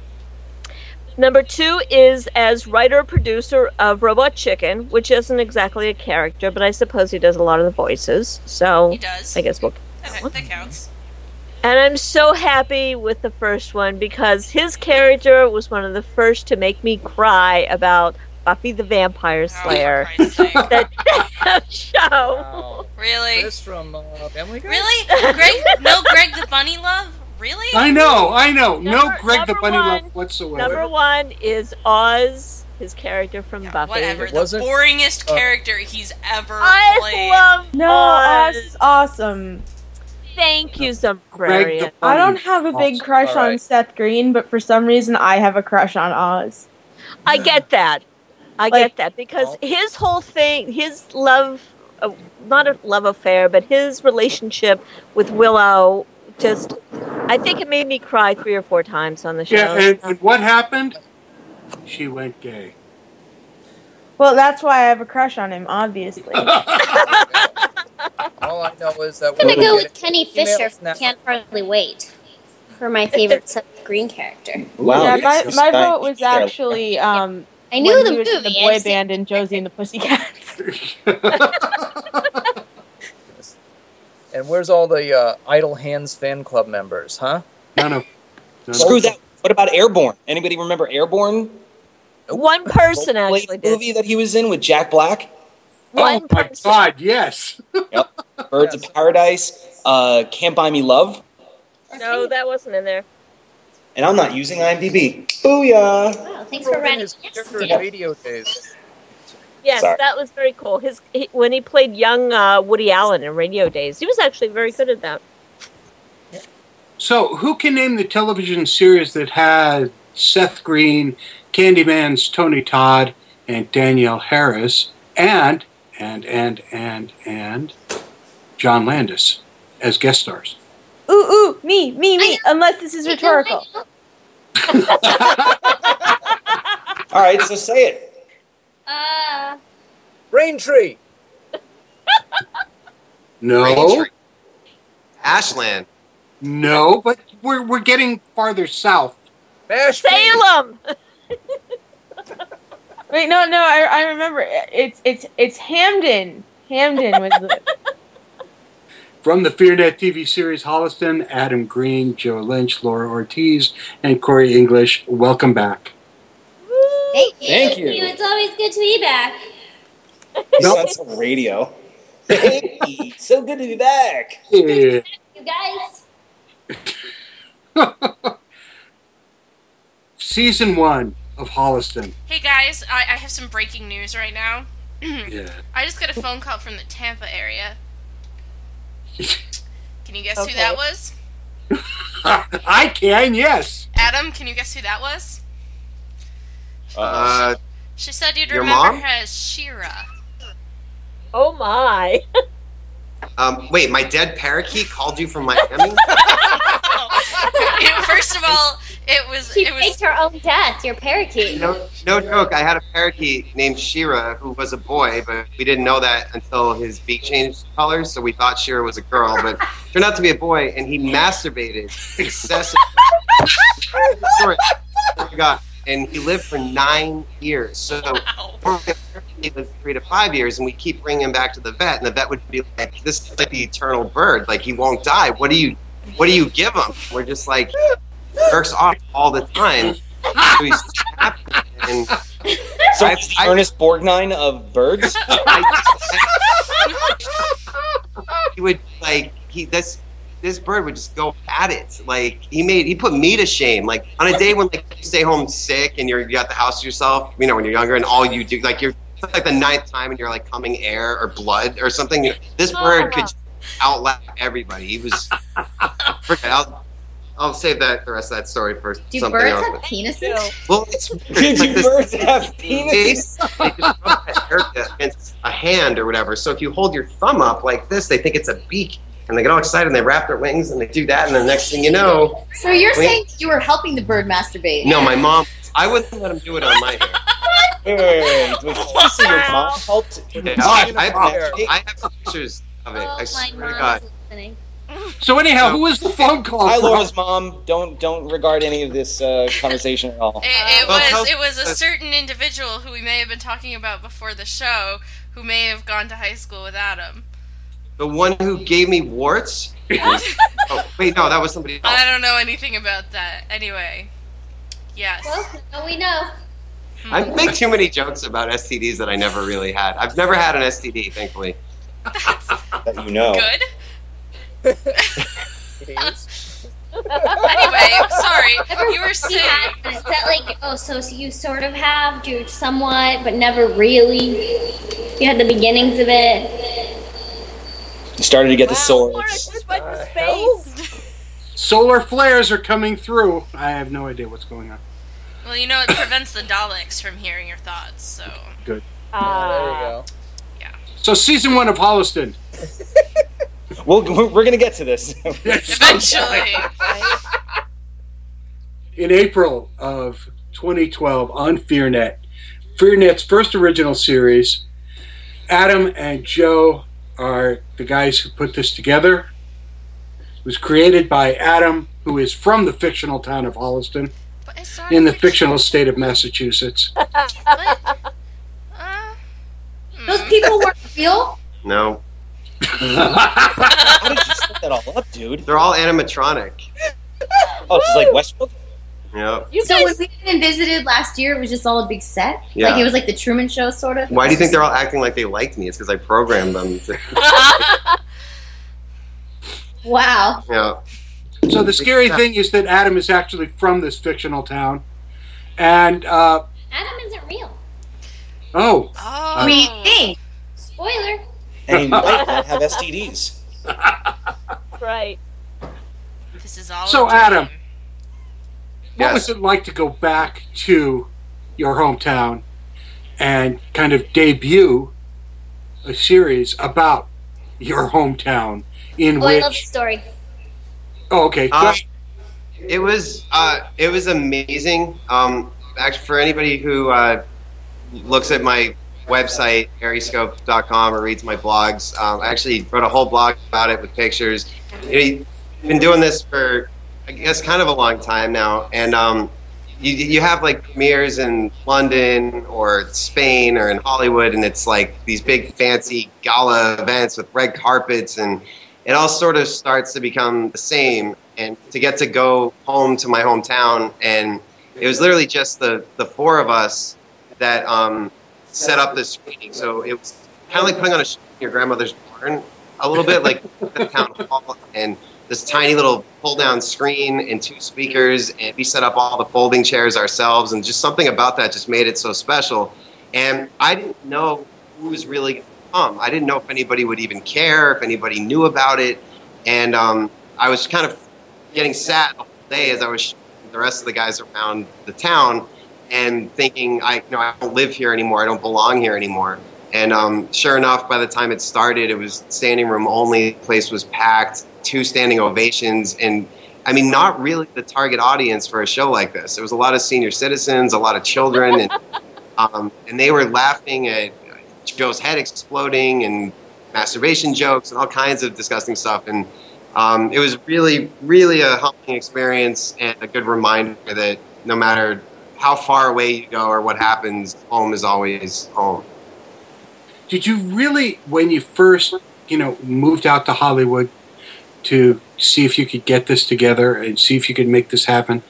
Number two is as writer producer of Robot Chicken, which isn't exactly a character, but I suppose he does a lot of the voices. So he does. I guess we'll That, that counts. and I'm so happy with the first one because his character was one of the first to make me cry about Buffy the Oh, Vampire Slayer. that show. Really? This from uh, Family Guy? Really, Greg? No, Greg the bunny love. Really? I know, I know. no Number- Greg the number Bunny one- Love whatsoever. Number one is Oz, his character from Buffy. Whatever. The boringest Oh. character he's ever I played. uh, love No, Oz. Oz is awesome. Thank you, Greg Sombrarian. I don't have a big crush on Alright. Seth Green, but for some reason I have a crush on Oz. I get that. I get that because his whole thing, his love, uh, not a love affair, but his relationship with Willow, just, I think it made me cry three or four times on the show. yeah, and, and what happened? She went gay. Well, that's why I have a crush on him, obviously. All I know is that uh, I'm we're gonna go gonna with Kenny Fisher. from Can't hardly wait for my favorite Seth Green character. Wow, yeah, my, yes, my yes, vote was thank you. actually um, I knew when the he was in the movie, I boy just- band and Josie and the Pussycats. get- And where's all the uh, Idle Hands fan club members, huh? None of. Screw that. What about Airborne? Anybody remember Airborne? One person actually did. movie that he was in with Jack Black. Oh my God! Yes. Yep. Birds of Paradise. Uh, Can't Buy Me Love. No, that wasn't in there. And I'm not using IMDb. Booyah! Wow, thanks for running. Different video days. Yes, Sorry. that was very cool. His he, when he played young uh, Woody Allen in Radio Days, he was actually very good at that. So, who can name the television series that had Seth Green, Candyman's Tony Todd, and Danielle Harris, and and and and and John Landis as guest stars? Ooh, ooh, me, me, me. Unless this is rhetorical. All right, so say it. Uh, Braintree. No, Ashland. no, but we're we're getting farther south. Salem. Wait, no, no. I, I remember. It's it's it's Hamden. Hamden was the. From the FearNet TV series Holliston, Adam Green, Joe Lynch, Laura Ortiz, and Corey English, welcome back. thank you. Thank you. It's always good to be back. Nope. on some radio. Hey, so good to be back. Yeah. You guys. Season one of Holliston. Hey guys, I, I have some breaking news right now. Yeah. I just got a phone call from the Tampa area. Can you guess Okay. who that was? I can, yes. Adam, can you guess who that was? Uh, She said you'd Your remember mom? her as Shira. Oh my! um, wait, my dead parakeet called you from Miami? You know, first of all, it was She it was faked her own death. Your parakeet. no, no joke. I had a parakeet named Shira who was a boy, but we didn't know that until his beak changed colors, so we thought Shira was a girl, but turned out to be a boy, and he masturbated excessively. Sorry, I forgot. And he lived for nine years. So normally a parakeet lives three to five years, and we keep bringing him back to the vet, and the vet would be like, "This is like the eternal bird. Like he won't die. What do you, what do you give him?" We're just like, jerks off all the time. So he's happy. And So it's Ernest Borgnine of Birds. he would like he this this bird would just go at it. Like he made he put me to shame. Like on a day when like you stay home sick and you're you got the house to yourself, you know, when you're younger and all you do like you're it's like the ninth time and you're like coming air or blood or something. This bird could outlap everybody. He was forget- I'll, I'll save that the rest of that story for Do something birds else. have penises? well, it's Did it's like you this- birds have face, penises? they just rub that area against a hand or whatever. So if you hold your thumb up like this, they think it's a beak, and they get all excited and they wrap their wings and they do that, and the next thing you know, So you're Wait. saying you were helping the bird masturbate? no, my mom, I wouldn't let him do it on my hair. Wait, wait, wait, wait, wait. Did you see your mom helped? Yeah, I, I, have, I have pictures Oh, of it. I swear to God. So anyhow, who was the phone call? Hi, from? Laura's mom. Don't don't regard any of this uh, conversation at Oh. all. It, it Well, tell- was it was a certain individual who we may have been talking about before the show, who may have gone to high school with Adam. The one who gave me warts. oh, wait, no, that was somebody else. I don't know anything about that. Anyway, yes. Hmm. Well, now we know. I make too many jokes about STDs that I never really had. I've never had an STD, thankfully. That you know. Good. anyway, sorry. You were saying Is that like, oh, so you sort of have, you somewhat, but never really? You had the beginnings of it. You started to get the sores. Solar flares are coming through. I have no idea what's going on. Well, you know, it prevents the Daleks from hearing your thoughts, so. Good. Ah. So season one of Holliston. we'll, we're we're gonna get to this. Eventually. In April of 2012 on FearNet, FearNet's first original series. Adam and Joe are the guys who put this together. It was created by Adam, who is from the fictional town of Holliston, in the fictional state of Massachusetts. Those people weren't real. No. How did you set that all up, dude. They're all animatronic. Oh, it's like Westworld. Yep. so when we went and visited last year, it was just all a big set. Yeah. Like it was like the Truman Show, sort of. Why do you think they're all acting like they like me? It's because I programmed them. to- Wow. yeah. So the scary thing is that Adam is actually from this fictional town, and uh, Adam isn't real. oh, Oh. We think. Spoiler. And he might not have STDs. Right. This is all. so a dream. Adam, what was it like to go back to your hometown and kind of debut a series about your hometown in Oh, I love the which? story. Oh, okay. Uh, it was uh, it was amazing. Um, actually, for anybody who uh, looks at my website aeroscope.com or reads my blogs, um, I actually wrote a whole blog about it with pictures. You know, I've been doing this for I guess kind of a long time now, and um, you you have like premieres in London or Spain or in Hollywood, and it's like these big fancy gala events with red carpets and it all sort of starts to become the same and to get to go home to my hometown and it was literally just the, the four of us that um, set up this screening so it was kind of like putting on a show in your grandmother's barn a little bit like the town hall and this tiny little pull down screen and two speakers and we set up all the folding chairs ourselves and just something about that just made it so special and i didn't know who was really going to come i didn't know if anybody would even care if anybody knew about it and um, i was kind of getting sat all day as i was shooting the rest of the guys around the town and thinking i you know i don't live here anymore i don't belong here anymore and um, sure enough by the time it started it was standing room only the place was packed two standing ovations and i mean not really the target audience for a show like this there was a lot of senior citizens a lot of children and um, and they were laughing at Joe's head exploding and masturbation jokes and all kinds of disgusting stuff. And um, it was really, really a humbling experience and a good reminder that no matter how far away you go or what happens, home is always home. Did you really, when you first, you know, moved out to Hollywood to see if you could get this together and see if you could make this happen,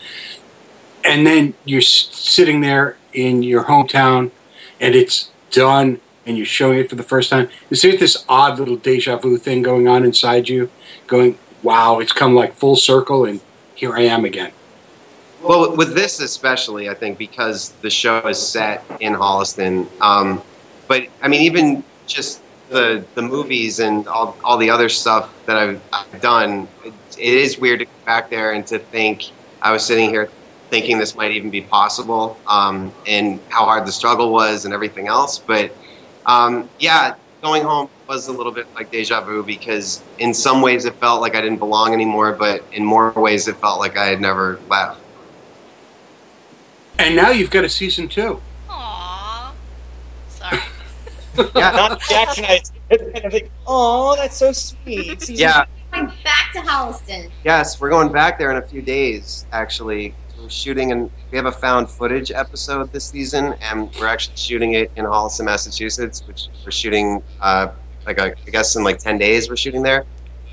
and then you're s- sitting there in your hometown and it's done and you're showing it for the first time, is there this odd little deja vu thing going on inside you, going, wow, it's come like full circle and here I am again? Well, with this especially, I think because the show is set in Holliston. Um, but I mean, even just the the movies and all, all the other stuff that I've, I've done, it, it is weird to go back there and to think I was sitting here thinking this might even be possible, um, and how hard the struggle was and everything else. But um, yeah, going home was a little bit like deja vu because in some ways it felt like I didn't belong anymore, but in more ways it felt like I had never left. And now you've got a season two. Not Jack and I. And I'm like, oh, that's so sweet. Yeah. Going back to Holliston. Yes, we're going back there in a few days. Actually, we're shooting and we have a found footage episode this season, and we're actually shooting it in Holliston, Massachusetts, which we're shooting uh, like I I guess in like ten days we're shooting there.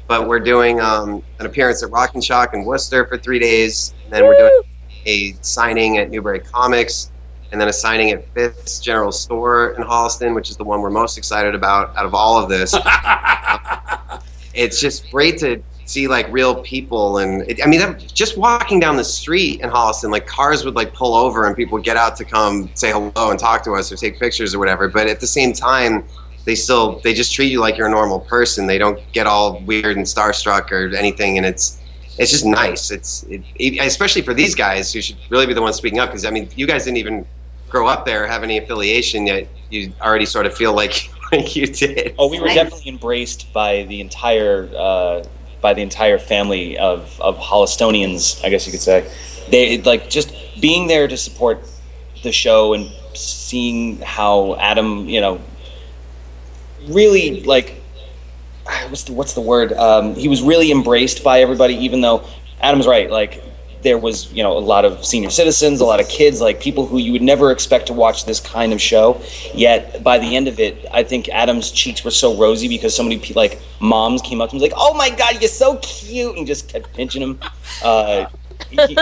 But we're doing um, an appearance at Rock and Shock in Worcester for three days, and then we're doing a signing at Newberry Comics, and then a signing at Fifth's General Store in Holliston, which is the one we're most excited about out of all of this. Um, it's just great to see like real people and it, i mean that- just walking down the street in holliston like cars would like pull over and people would get out to come say hello and talk to us or take pictures or whatever but at the same time they still they just treat you like you're a normal person they don't get all weird and starstruck or anything and it's it's just nice it's it, it- especially for these guys who should really be the ones speaking up because i mean you guys didn't even grow up there or have any affiliation yet you already sort of feel like like you did Oh, we were definitely embraced by the entire uh, by the entire family of of Hollistonians, I guess you could say. They like just being there to support the show and seeing how Adam, you know, really like ah, what's the what's the word? Um, he was really embraced by everybody, even though Adam's right. Like there was you know a lot of senior citizens a lot of kids like people who you would never expect to watch this kind of show yet by the end of it i think adam's cheeks were so rosy because so many pe- like moms came up to him like oh my god you're so cute and just kept pinching him uh, he-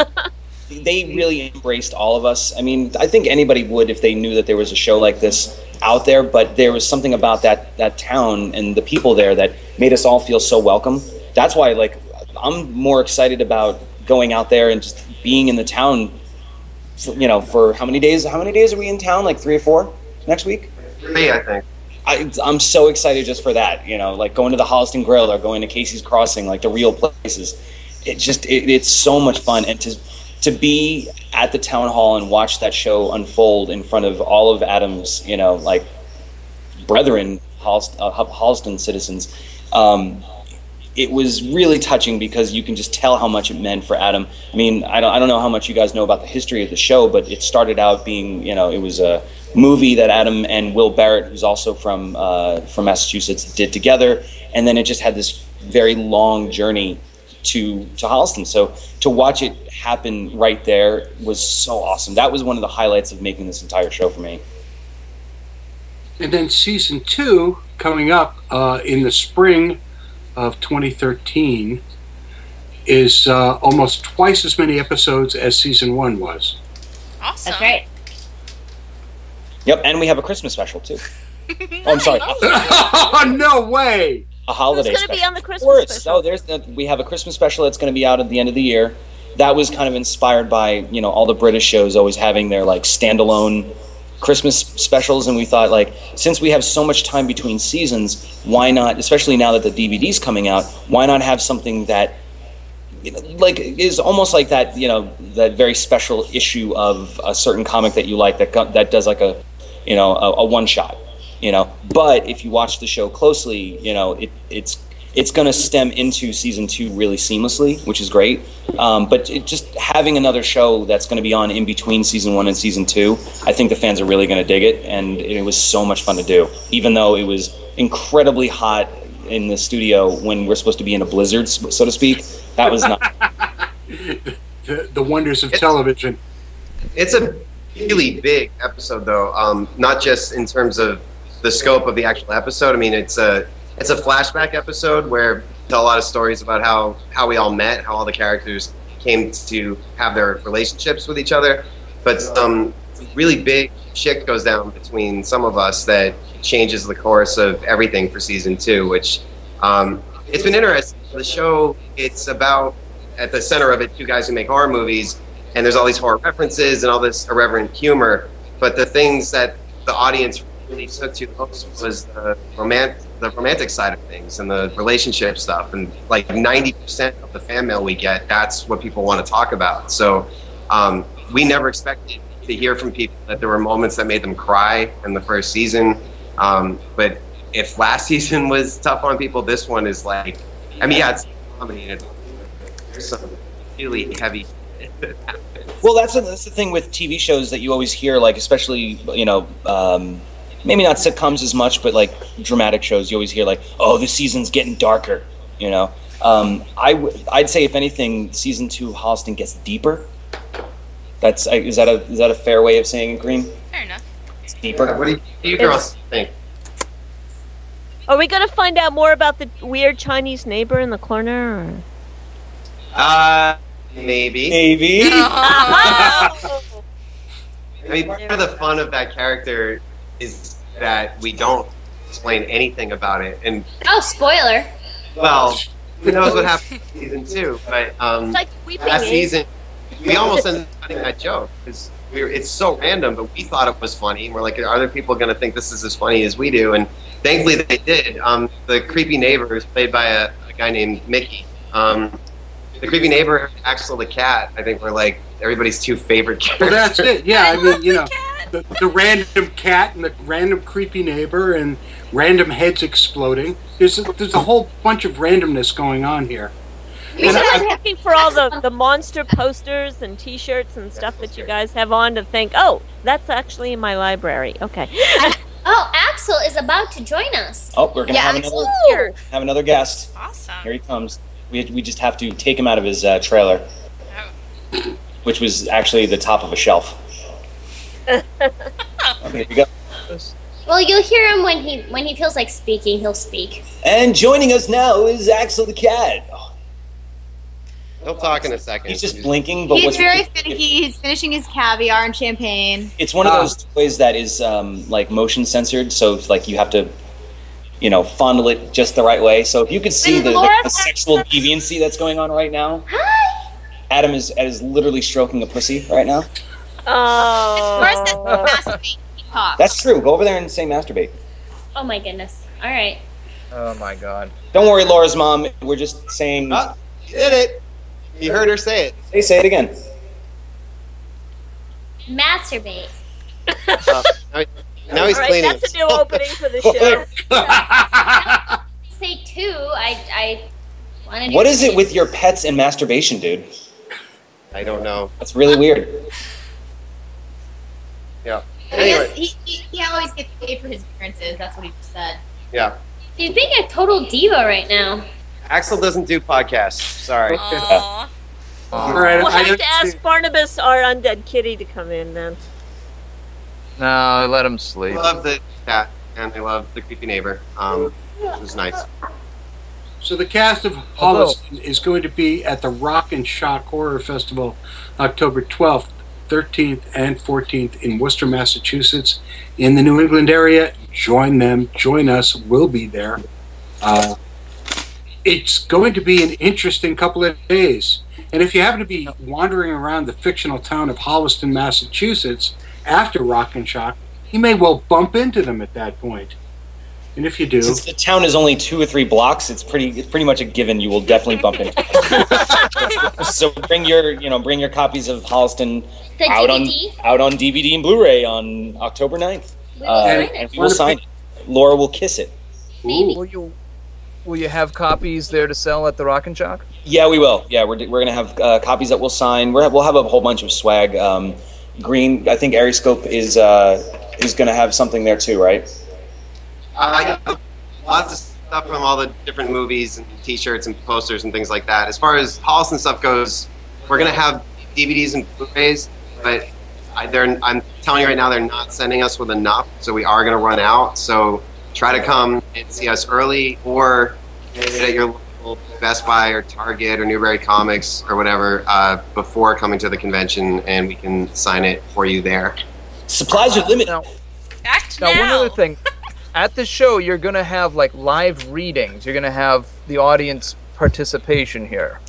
they really embraced all of us. I mean, I think anybody would if they knew that there was a show like this out there, but there was something about that that town and the people there that made us all feel so welcome. That's why like I'm more excited about going out there and just being in the town you know, for how many days? How many days are we in town? Like 3 or 4 next week? Three, I think. I, I'm so excited just for that, you know, like going to the Holliston Grill or going to Casey's Crossing, like the real places. It just, it, it's so much fun. And to, to be at the town hall and watch that show unfold in front of all of Adam's, you know, like brethren, Hollist, uh, Ho- Holliston citizens, um, it was really touching because you can just tell how much it meant for Adam. I mean, I don't, I don't know how much you guys know about the history of the show, but it started out being, you know, it was a movie that Adam and Will Barrett, who's also from uh, from Massachusetts, did together, and then it just had this very long journey to to Holliston. So to watch it happen right there was so awesome. That was one of the highlights of making this entire show for me. And then season two coming up uh, in the spring of 2013 is uh, almost twice as many episodes as season one was. Awesome. That's right. Yep, and we have a Christmas special too. Oh, I'm sorry. oh, no way. A holiday. It's going to be special. on the Of Christmas course. special. Oh, there's the, we have a Christmas special that's going to be out at the end of the year. That was kind of inspired by you know all the British shows always having their like standalone Christmas specials, and we thought like since we have so much time between seasons, why not? Especially now that the DVD's coming out, why not have something that you know, like is almost like that you know that very special issue of a certain comic that you like that co- that does like a you know a, a one shot you know but if you watch the show closely you know it, it's it's going to stem into season two really seamlessly which is great um, but it, just having another show that's going to be on in between season one and season two i think the fans are really going to dig it and it was so much fun to do even though it was incredibly hot in the studio when we're supposed to be in a blizzard s- so to speak that was not The, the wonders of television. It's a really big episode, though. Um, not just in terms of the scope of the actual episode. I mean, it's a it's a flashback episode where we tell a lot of stories about how how we all met, how all the characters came to have their relationships with each other. But some really big shit goes down between some of us that changes the course of everything for season two, which um, it's been interesting. The show it's about at the center of it two guys who make horror movies and there's all these horror references and all this irreverent humor. But the things that the audience really took to most was the romantic, the romantic side of things and the relationship stuff. And like 90% of the fan mail we get, that's what people want to talk about. So um, we never expected to hear from people that there were moments that made them cry in the first season. Um, but if last season was tough on people, this one is like, I mean, yeah, it's comedy and it's- there's some really heavy Well, that's the, that's the thing with TV shows that you always hear, like especially you know, um, maybe not sitcoms as much, but like dramatic shows, you always hear like, "Oh, this season's getting darker," you know. Um, I w- I'd say if anything, season two of Holliston gets deeper. That's I- is that a is that a fair way of saying it, Green? Fair enough. It's deeper. what do you, girls think? Are we going to find out more about the weird Chinese neighbor in the corner? Or? Uh, maybe. Maybe. Oh. I mean, part of the fun of that character is that we don't explain anything about it, and Oh, spoiler. well, who knows what happened in season two? But um, It's like weeping last egg. season, we almost ended up cutting that joke because we were, it's so random, but we thought it was funny. And we're like, are other people going to think this is as funny as we do? And thankfully, they did. Um, the creepy neighbor who's played by a, a guy named Mickey. Um, the creepy neighbor, Axel the cat. I think we're like everybody's two favorite Well, characters. that's it. Yeah, I mean, you know, the, the random cat and the random creepy neighbor and random heads exploding. There's a, there's a whole bunch of randomness going on here. We And should I- be looking for all the, the monster posters and T-shirts and stuff that you guys have on to think, oh, that's actually in my library. Okay. Oh, Axel is about to join us. Oh, we're gonna have another Here. have another guest. Awesome. Here he comes. We we just have to take him out of his uh, trailer. which was actually the top of a shelf. Okay, here we go. Well, you'll hear him when he when he feels like speaking. He'll speak. And joining us now is Axel the cat. He'll talk in a second. He's just blinking, but He's what's very finicky. He's finishing his caviar and champagne. it's one of Ah. those toys that is um, like motion censored, so it's like you have to, you know, fondle it just the right way. So if you could see the, the, the sexual deviancy that's going on right now, Adam is is literally stroking a pussy right now. Oh. That's true. Go over there and say masturbate. Oh my goodness. All right. Oh my god. Don't worry, Laura's mom. We're just saying. did it. Ah, You heard her say it. Hey, say it again. Masturbate. now, now he's All right, cleaning. That's a new opening for the show. Say two. I I want to. What is it with your pets and masturbation, dude? I don't know. That's really weird. Yeah. He, has, he, he, he always gets paid for his appearances. That's what he just said. Yeah. He's being a total diva right now. Axel doesn't do podcasts. Sorry. Aw. All we'll have to ask Barnabas our undead kitty to come in then. No, I let him sleep. love the cat and I love the creepy neighbor. Um, it was nice. So the cast of Holliston is going to be at the Rock and Shock Horror Festival October 12th, 13th, and 14th in Worcester, Massachusetts. In the New England area, join them, join us, we'll be there. Uh, it's going to be an interesting couple of days. And if you happen to be wandering around the fictional town of Holliston, Massachusetts after Rock and Shock, you may well bump into them at that point. And if you do, Since the town is only two or three blocks, it's pretty it's pretty much a given. You will definitely bump into. people. so bring your you know bring your copies of Holliston The out DVD? on out on DVD and Blu-ray on October 9th. We will Uh, sign it. and we will sign it. Laura will kiss it. Will you will you have copies there to sell at the Rock and Jock? Yeah, we will. Yeah, we're, we're gonna have uh, copies that we'll sign. We're, we'll have a whole bunch of swag. Um, Green, I think Aeriscope is uh, is gonna have something there too, right? Uh, yeah, lots of stuff from all the different movies and T-shirts and posters and things like that. As far as Hollis and stuff goes, we're gonna have DVDs and Blu-rays, but I, they're, I'm telling you right now, they're not sending us with enough, so we are gonna run out. So try to come and see us early, or get it at your local Best Buy or Target or Newberry Comics or whatever uh, before coming to the convention, and we can sign it for you there. Supplies are limited. Act now. one other thing. At the show, you're gonna have like live readings. You're gonna have the audience participation here.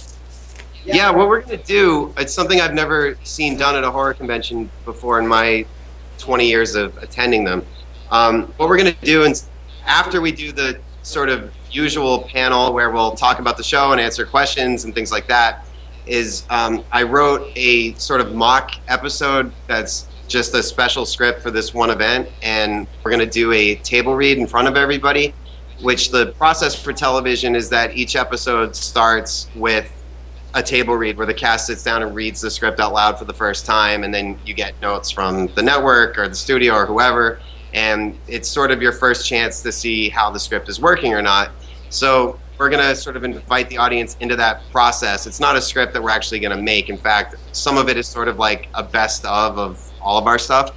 Yeah, what we're going to do, it's something I've never seen done at a horror convention before in my 20 years of attending them. Um, what we're going to do is after we do the sort of usual panel where we'll talk about the show and answer questions and things like that, is um, I wrote a sort of mock episode that's just a special script for this one event, and we're going to do a table read in front of everybody. Which the process for television is that each episode starts with a table read where the cast sits down and reads the script out loud for the first time, and then you get notes from the network or the studio or whoever, and it's sort of your first chance to see how the script is working or not. So we're gonna sort of invite the audience into that process. It's not a script that we're actually gonna make. In fact, some of it is sort of like a best of of all of our stuff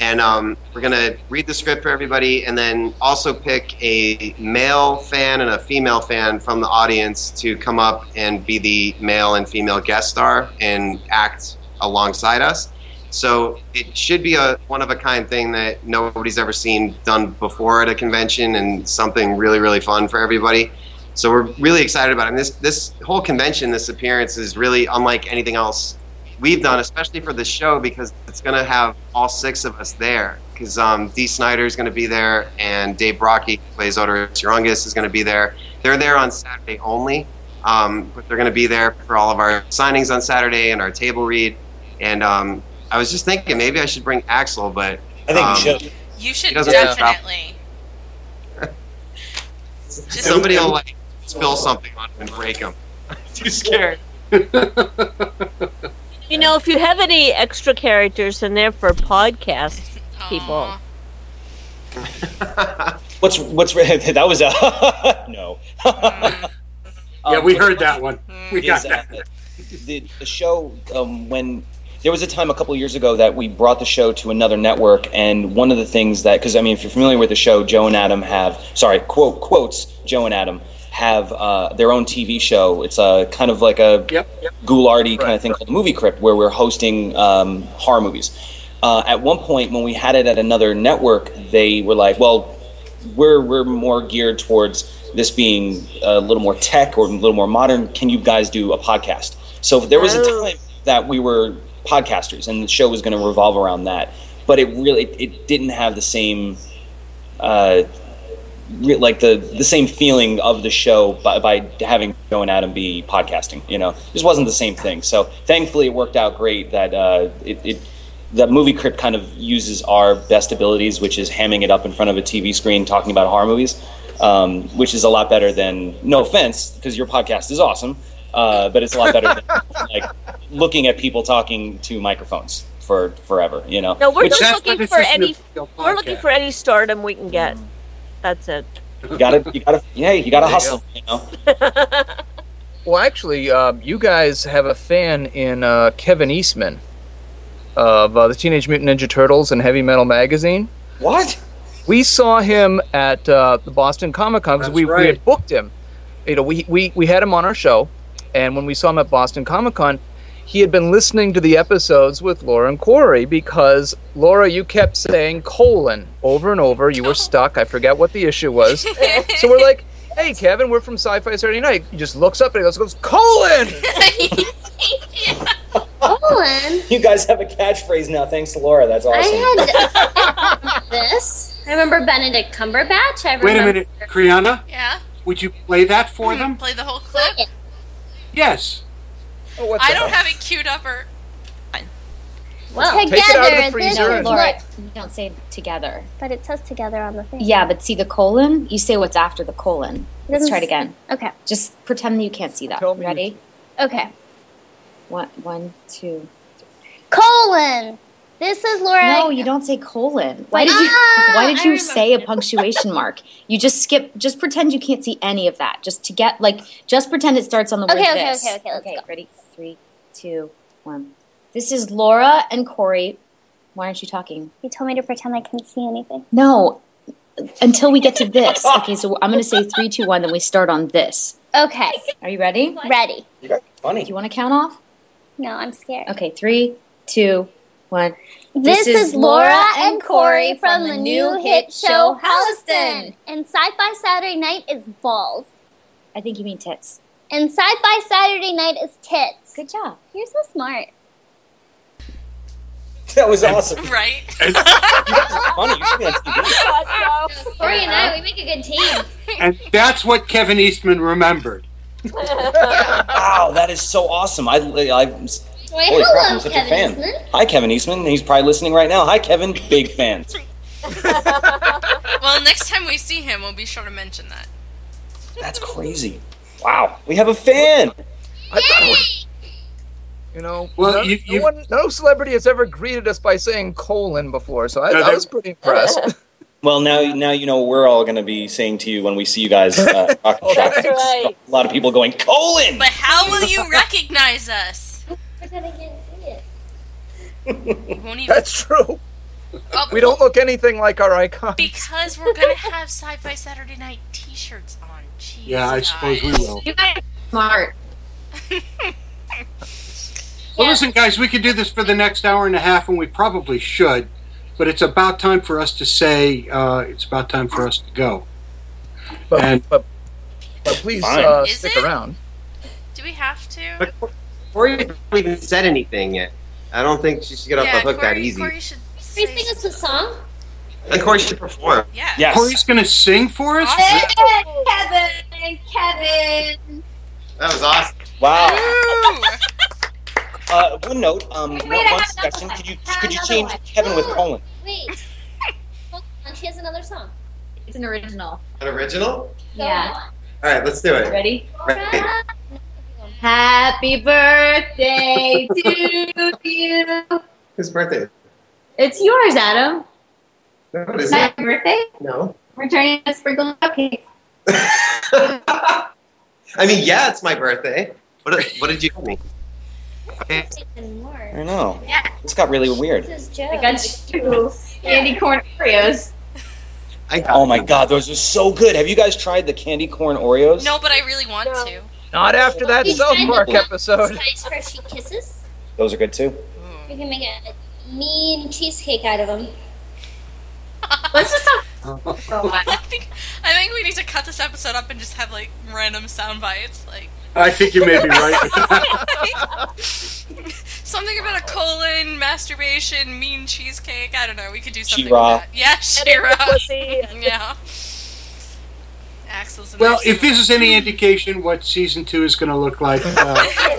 and um, we're gonna read the script for everybody, and then also pick a male fan and a female fan from the audience to come up and be the male and female guest star and act alongside us. So it should be a one of a kind thing that nobody's ever seen done before at a convention, and something really really fun for everybody. So we're really excited about it. And this this whole convention, this appearance is really unlike anything else we've done, especially for the show, because it's going to have all six of us there. Because um, Dee Snyder is going to be there, and Dave Brocky, who plays Odorous Urungus, is going to be there. They're there on Saturday only, um, but they're going to be there for all of our signings on Saturday and our table read. And um, I was just thinking maybe I should bring Axel, but um, I think you should. You should He doesn't have a problem. definitely. somebody will like spill something on him and break him. Too scared. You know, if you have any extra characters in there for podcast people. What's what's that was a no. Um, yeah, we heard that one. We got is, that. uh, the, the show um, when there was a time a couple years ago that we brought the show to another network, and one of the things that because I mean, if you're familiar with the show, Joe and Adam have sorry quote quotes Joe and Adam have uh, their own TV show. It's a kind of like a Goulardi kind of thing called the Movie Crypt, where we're hosting um, horror movies. Uh, at one point, when we had it at another network, they were like, "Well, we're we're more geared towards this being a little more tech or a little more modern. Can you guys do a podcast?" So there was a time that we were podcasters, and the show was going to revolve around that. But it really it didn't have the same, uh, re- like the the same feeling of the show by, by having Joe and Adam be podcasting. You know, it just wasn't the same thing. So thankfully, it worked out great that uh, it. it the movie crypt kind of uses our best abilities, which is hamming it up in front of a TV screen talking about horror movies, um, which is a lot better than no offense because your podcast is awesome, uh, but it's a lot better than like looking at people talking to microphones for forever. You know, No, we're just looking for any. We're looking for any stardom we can get. That's it. You gotta, you gotta, yeah, you gotta There you hustle. go. You know. Well, actually, um, you guys have a fan in uh, Kevin Eastman of uh, the Teenage Mutant Ninja Turtles and Heavy Metal Magazine. What? We saw him at uh, the Boston Comic Con because we, we had booked him. You know, we, we, we had him on our show, and when we saw him at Boston Comic Con, he had been listening to the episodes with Laura and Corey because Laura, you kept saying colon over and over. You were stuck. I forget what the issue was. so we're like, hey, Kevin, we're from Sci Fi Saturday Night. He just looks up and he goes, goes colon! Colin, You guys have a catchphrase now, thanks to Laura. That's awesome. I had this. I remember Benedict Cumberbatch. I remember Wait a minute, Kriana. Yeah. Would you play that for them? Play the whole clip. Yes. I don't have it queued up or. Well, Take it out of the together, freezer no, and- Laura, you don't say together. But it says together on the thing. Yeah, but see the colon? You say what's after the colon. Let's doesn't try it s- again. Okay. Just pretend that you can't see that. Ready? Okay. One, one, two. Colon. This is Laura. No, you don't say colon. Why did you? Ah, why did I you say a punctuation mark? You just skip. Just pretend you can't see any of that. Just to get like, just pretend it starts on the word Okay, okay, this. okay, okay, let's go. Ready? Three, two, one. This is Laura and Corey. Why aren't you talking? You told me to pretend I couldn't see anything. No, until we get to this. Okay, so I'm gonna say three, two, one. Then we start on this. Okay. Are you ready? Ready. You guys are funny. Do you want to count off? No, I'm scared. Okay, three, two, one. This, is Laura and Corey from the new hit show Holliston. And Sci-Fi Saturday Night is balls. I think you mean tits. And Sci-Fi Saturday Night is tits. Good job. You're so smart. That was awesome. Right? you guys are funny. You should be on TV. Corey and I, we make a good team. And that's what Kevin Eastman remembered. Wow, that is so awesome. I, I, am Wait, holy hello, crap, I'm such a Kevin fan. Eastman. Hi, Kevin Eastman. He's probably listening right now. Hi, Kevin. Big fans. Well, next time we see him, we'll be sure to mention that. That's crazy. Wow, we have a fan. I thought it was- you know, Well, no, you- no you- one- no celebrity has ever greeted us by saying colon before, so I, No, I they- was pretty impressed. Well, now, now you know we're all going to be saying to you when we see you guys. Uh, rock and shock. Oh, right. A lot of people going colon. But how will you recognize us? Pretend I can't see it. You won't even That's true. Oh. We don't look anything like our icon. because we're gonna have Sci-Fi Saturday Night T-shirts on. Jeez, Yeah, I suppose we will. You guys are smart. Well, listen, guys, we could do this for the next hour and a half, and we probably should, but it's about time for us to say uh, it's about time for us to go. But, and but, but please Fine. uh, Is stick it? around. Do we have to? But Corey hasn't even said anything yet. I don't think she should get off yeah, the hook Corey, that easy. Corey should Can you sing us a song? I think Corey should perform. Yeah. Yes. Corey's going to sing for us? Kevin, Kevin. That was awesome. Wow. Uh, one note. Um, one, one suggestion. Could you could you another change one. Kevin with colon? Wait. Hold on, she has another song. It's an original. An original? Yeah. All right, let's do it. Ready? Ready. Happy birthday to you. Whose birthday? It's yours, Adam. No, it isn't. Happy birthday. No. We're turning a sprinkle cupcake. I mean, yeah, it's my birthday. What, what did you tell me? I don't know. It's got really weird. I got two candy corn Oreos. oh my god, those are so good. Have you guys tried the candy corn Oreos? No, but I really want to. Not after that You South tried the Park black episode. Spice Hershey Kisses. Those are good too. Hmm. You can make a mean cheesecake out of them. Let's just Oh, I think I think we need to cut this episode up and just have like random sound bites, like I think you may be right. something about a colon, masturbation, mean cheesecake. I don't know. We could do something. She-Ra. Like that. Yeah, Shira. yeah. Axel's. in well, there, if this is any indication what season two is going to look like, uh,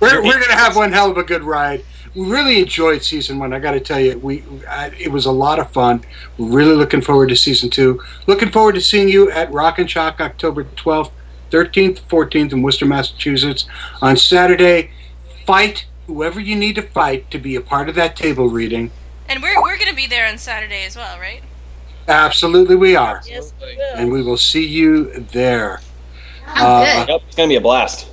we're, we're going to have one hell of a good ride. We really enjoyed season one. I got to tell you, we I, it was a lot of fun. We're really looking forward to season two. Looking forward to seeing you at Rock and Shock October twelfth, thirteenth, fourteenth in Worcester, Massachusetts on Saturday. Fight whoever you need to fight to be a part of that table reading. And we're we're gonna be there on Saturday as well, right? Absolutely, we are, Yes, we and we will see you there. Uh, Yep, it's gonna be a blast.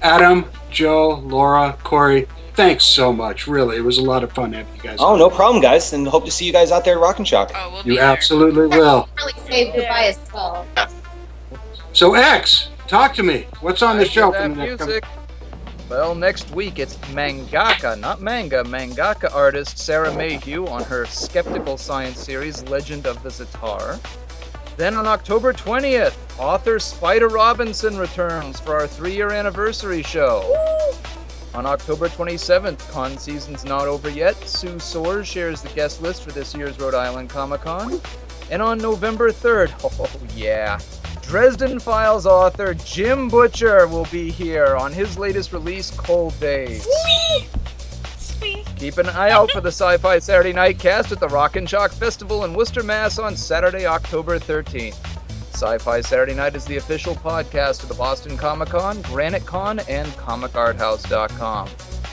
Adam, Joe, Laura, Corey, thanks so much. Really, it was a lot of fun having you guys. Oh, no problem, guys, and hope to see you guys out there at Rock and Shock. Oh, we'll You absolutely will. really say goodbye as well. So, X, talk to me. What's on the Get show that from the next music. Well, next week it's mangaka, not manga, mangaka artist Sarah Mayhew on her skeptical science series Legend of the Zatar. Then on October 20th, author Spider Robinson returns for our three year anniversary show. On October 27th, con season's not over yet. Sue Soares shares the guest list for this year's Rhode Island Comic Con. And on November 3rd, oh yeah, Dresden Files author Jim Butcher will be here on his latest release, Cold Days. Keep an eye out for the Sci Fi Saturday Night Cast at the Rock and Shock Festival in Worcester, Mass on Saturday, October 13th. Sci Fi Saturday Night is the official podcast of the Boston Comic Con, Granite Con, and ComicArtHouse.com.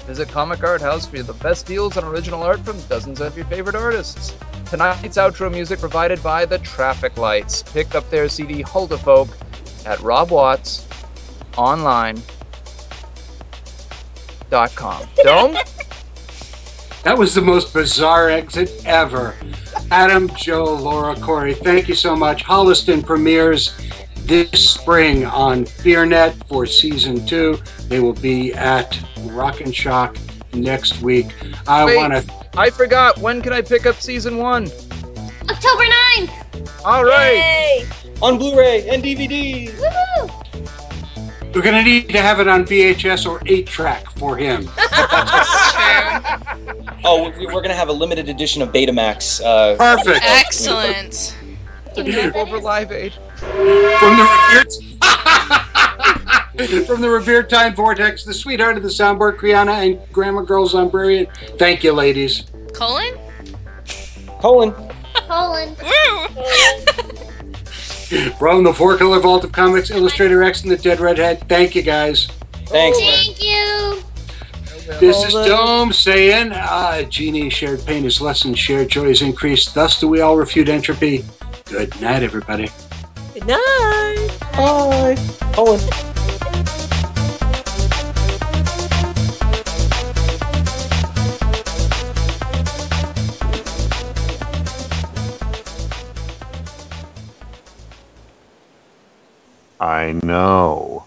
Visit Comic Art House for the best deals on original art from dozens of your favorite artists. Tonight's outro music provided by The Traffic Lights. Pick up their CD Huldafolk at Rob Watts online dot com. Dome? That was the most bizarre exit ever. Adam, Joe, Laura, Corey, thank you so much. Holliston premieres this spring on FearNet for season two. They will be at Rock and Shock next week. I Wait, want to. I forgot. When can I pick up season one? October 9th! All right. On Blu-ray and DVD. Woohoo! We're going to need to have it on VHS or 8 track for him. Oh, we- we're gonna have a limited edition of Betamax. Uh, Perfect. Excellent. Over Live Aid. From the revered, from the revered time vortex, the sweetheart of the soundboard, Kriana and Grandma Girl Zombrian. Thank you, ladies. Colon? Colon. Colin. From the four color vault of comics, Illustrator X and the Dead Redhead. Thank you, guys. Thank you. This is Dome saying, ah, Genie, shared pain is lessened, shared joy is increased. Thus do we all refute entropy. Good night, everybody. Good night. Bye. Colin. I know.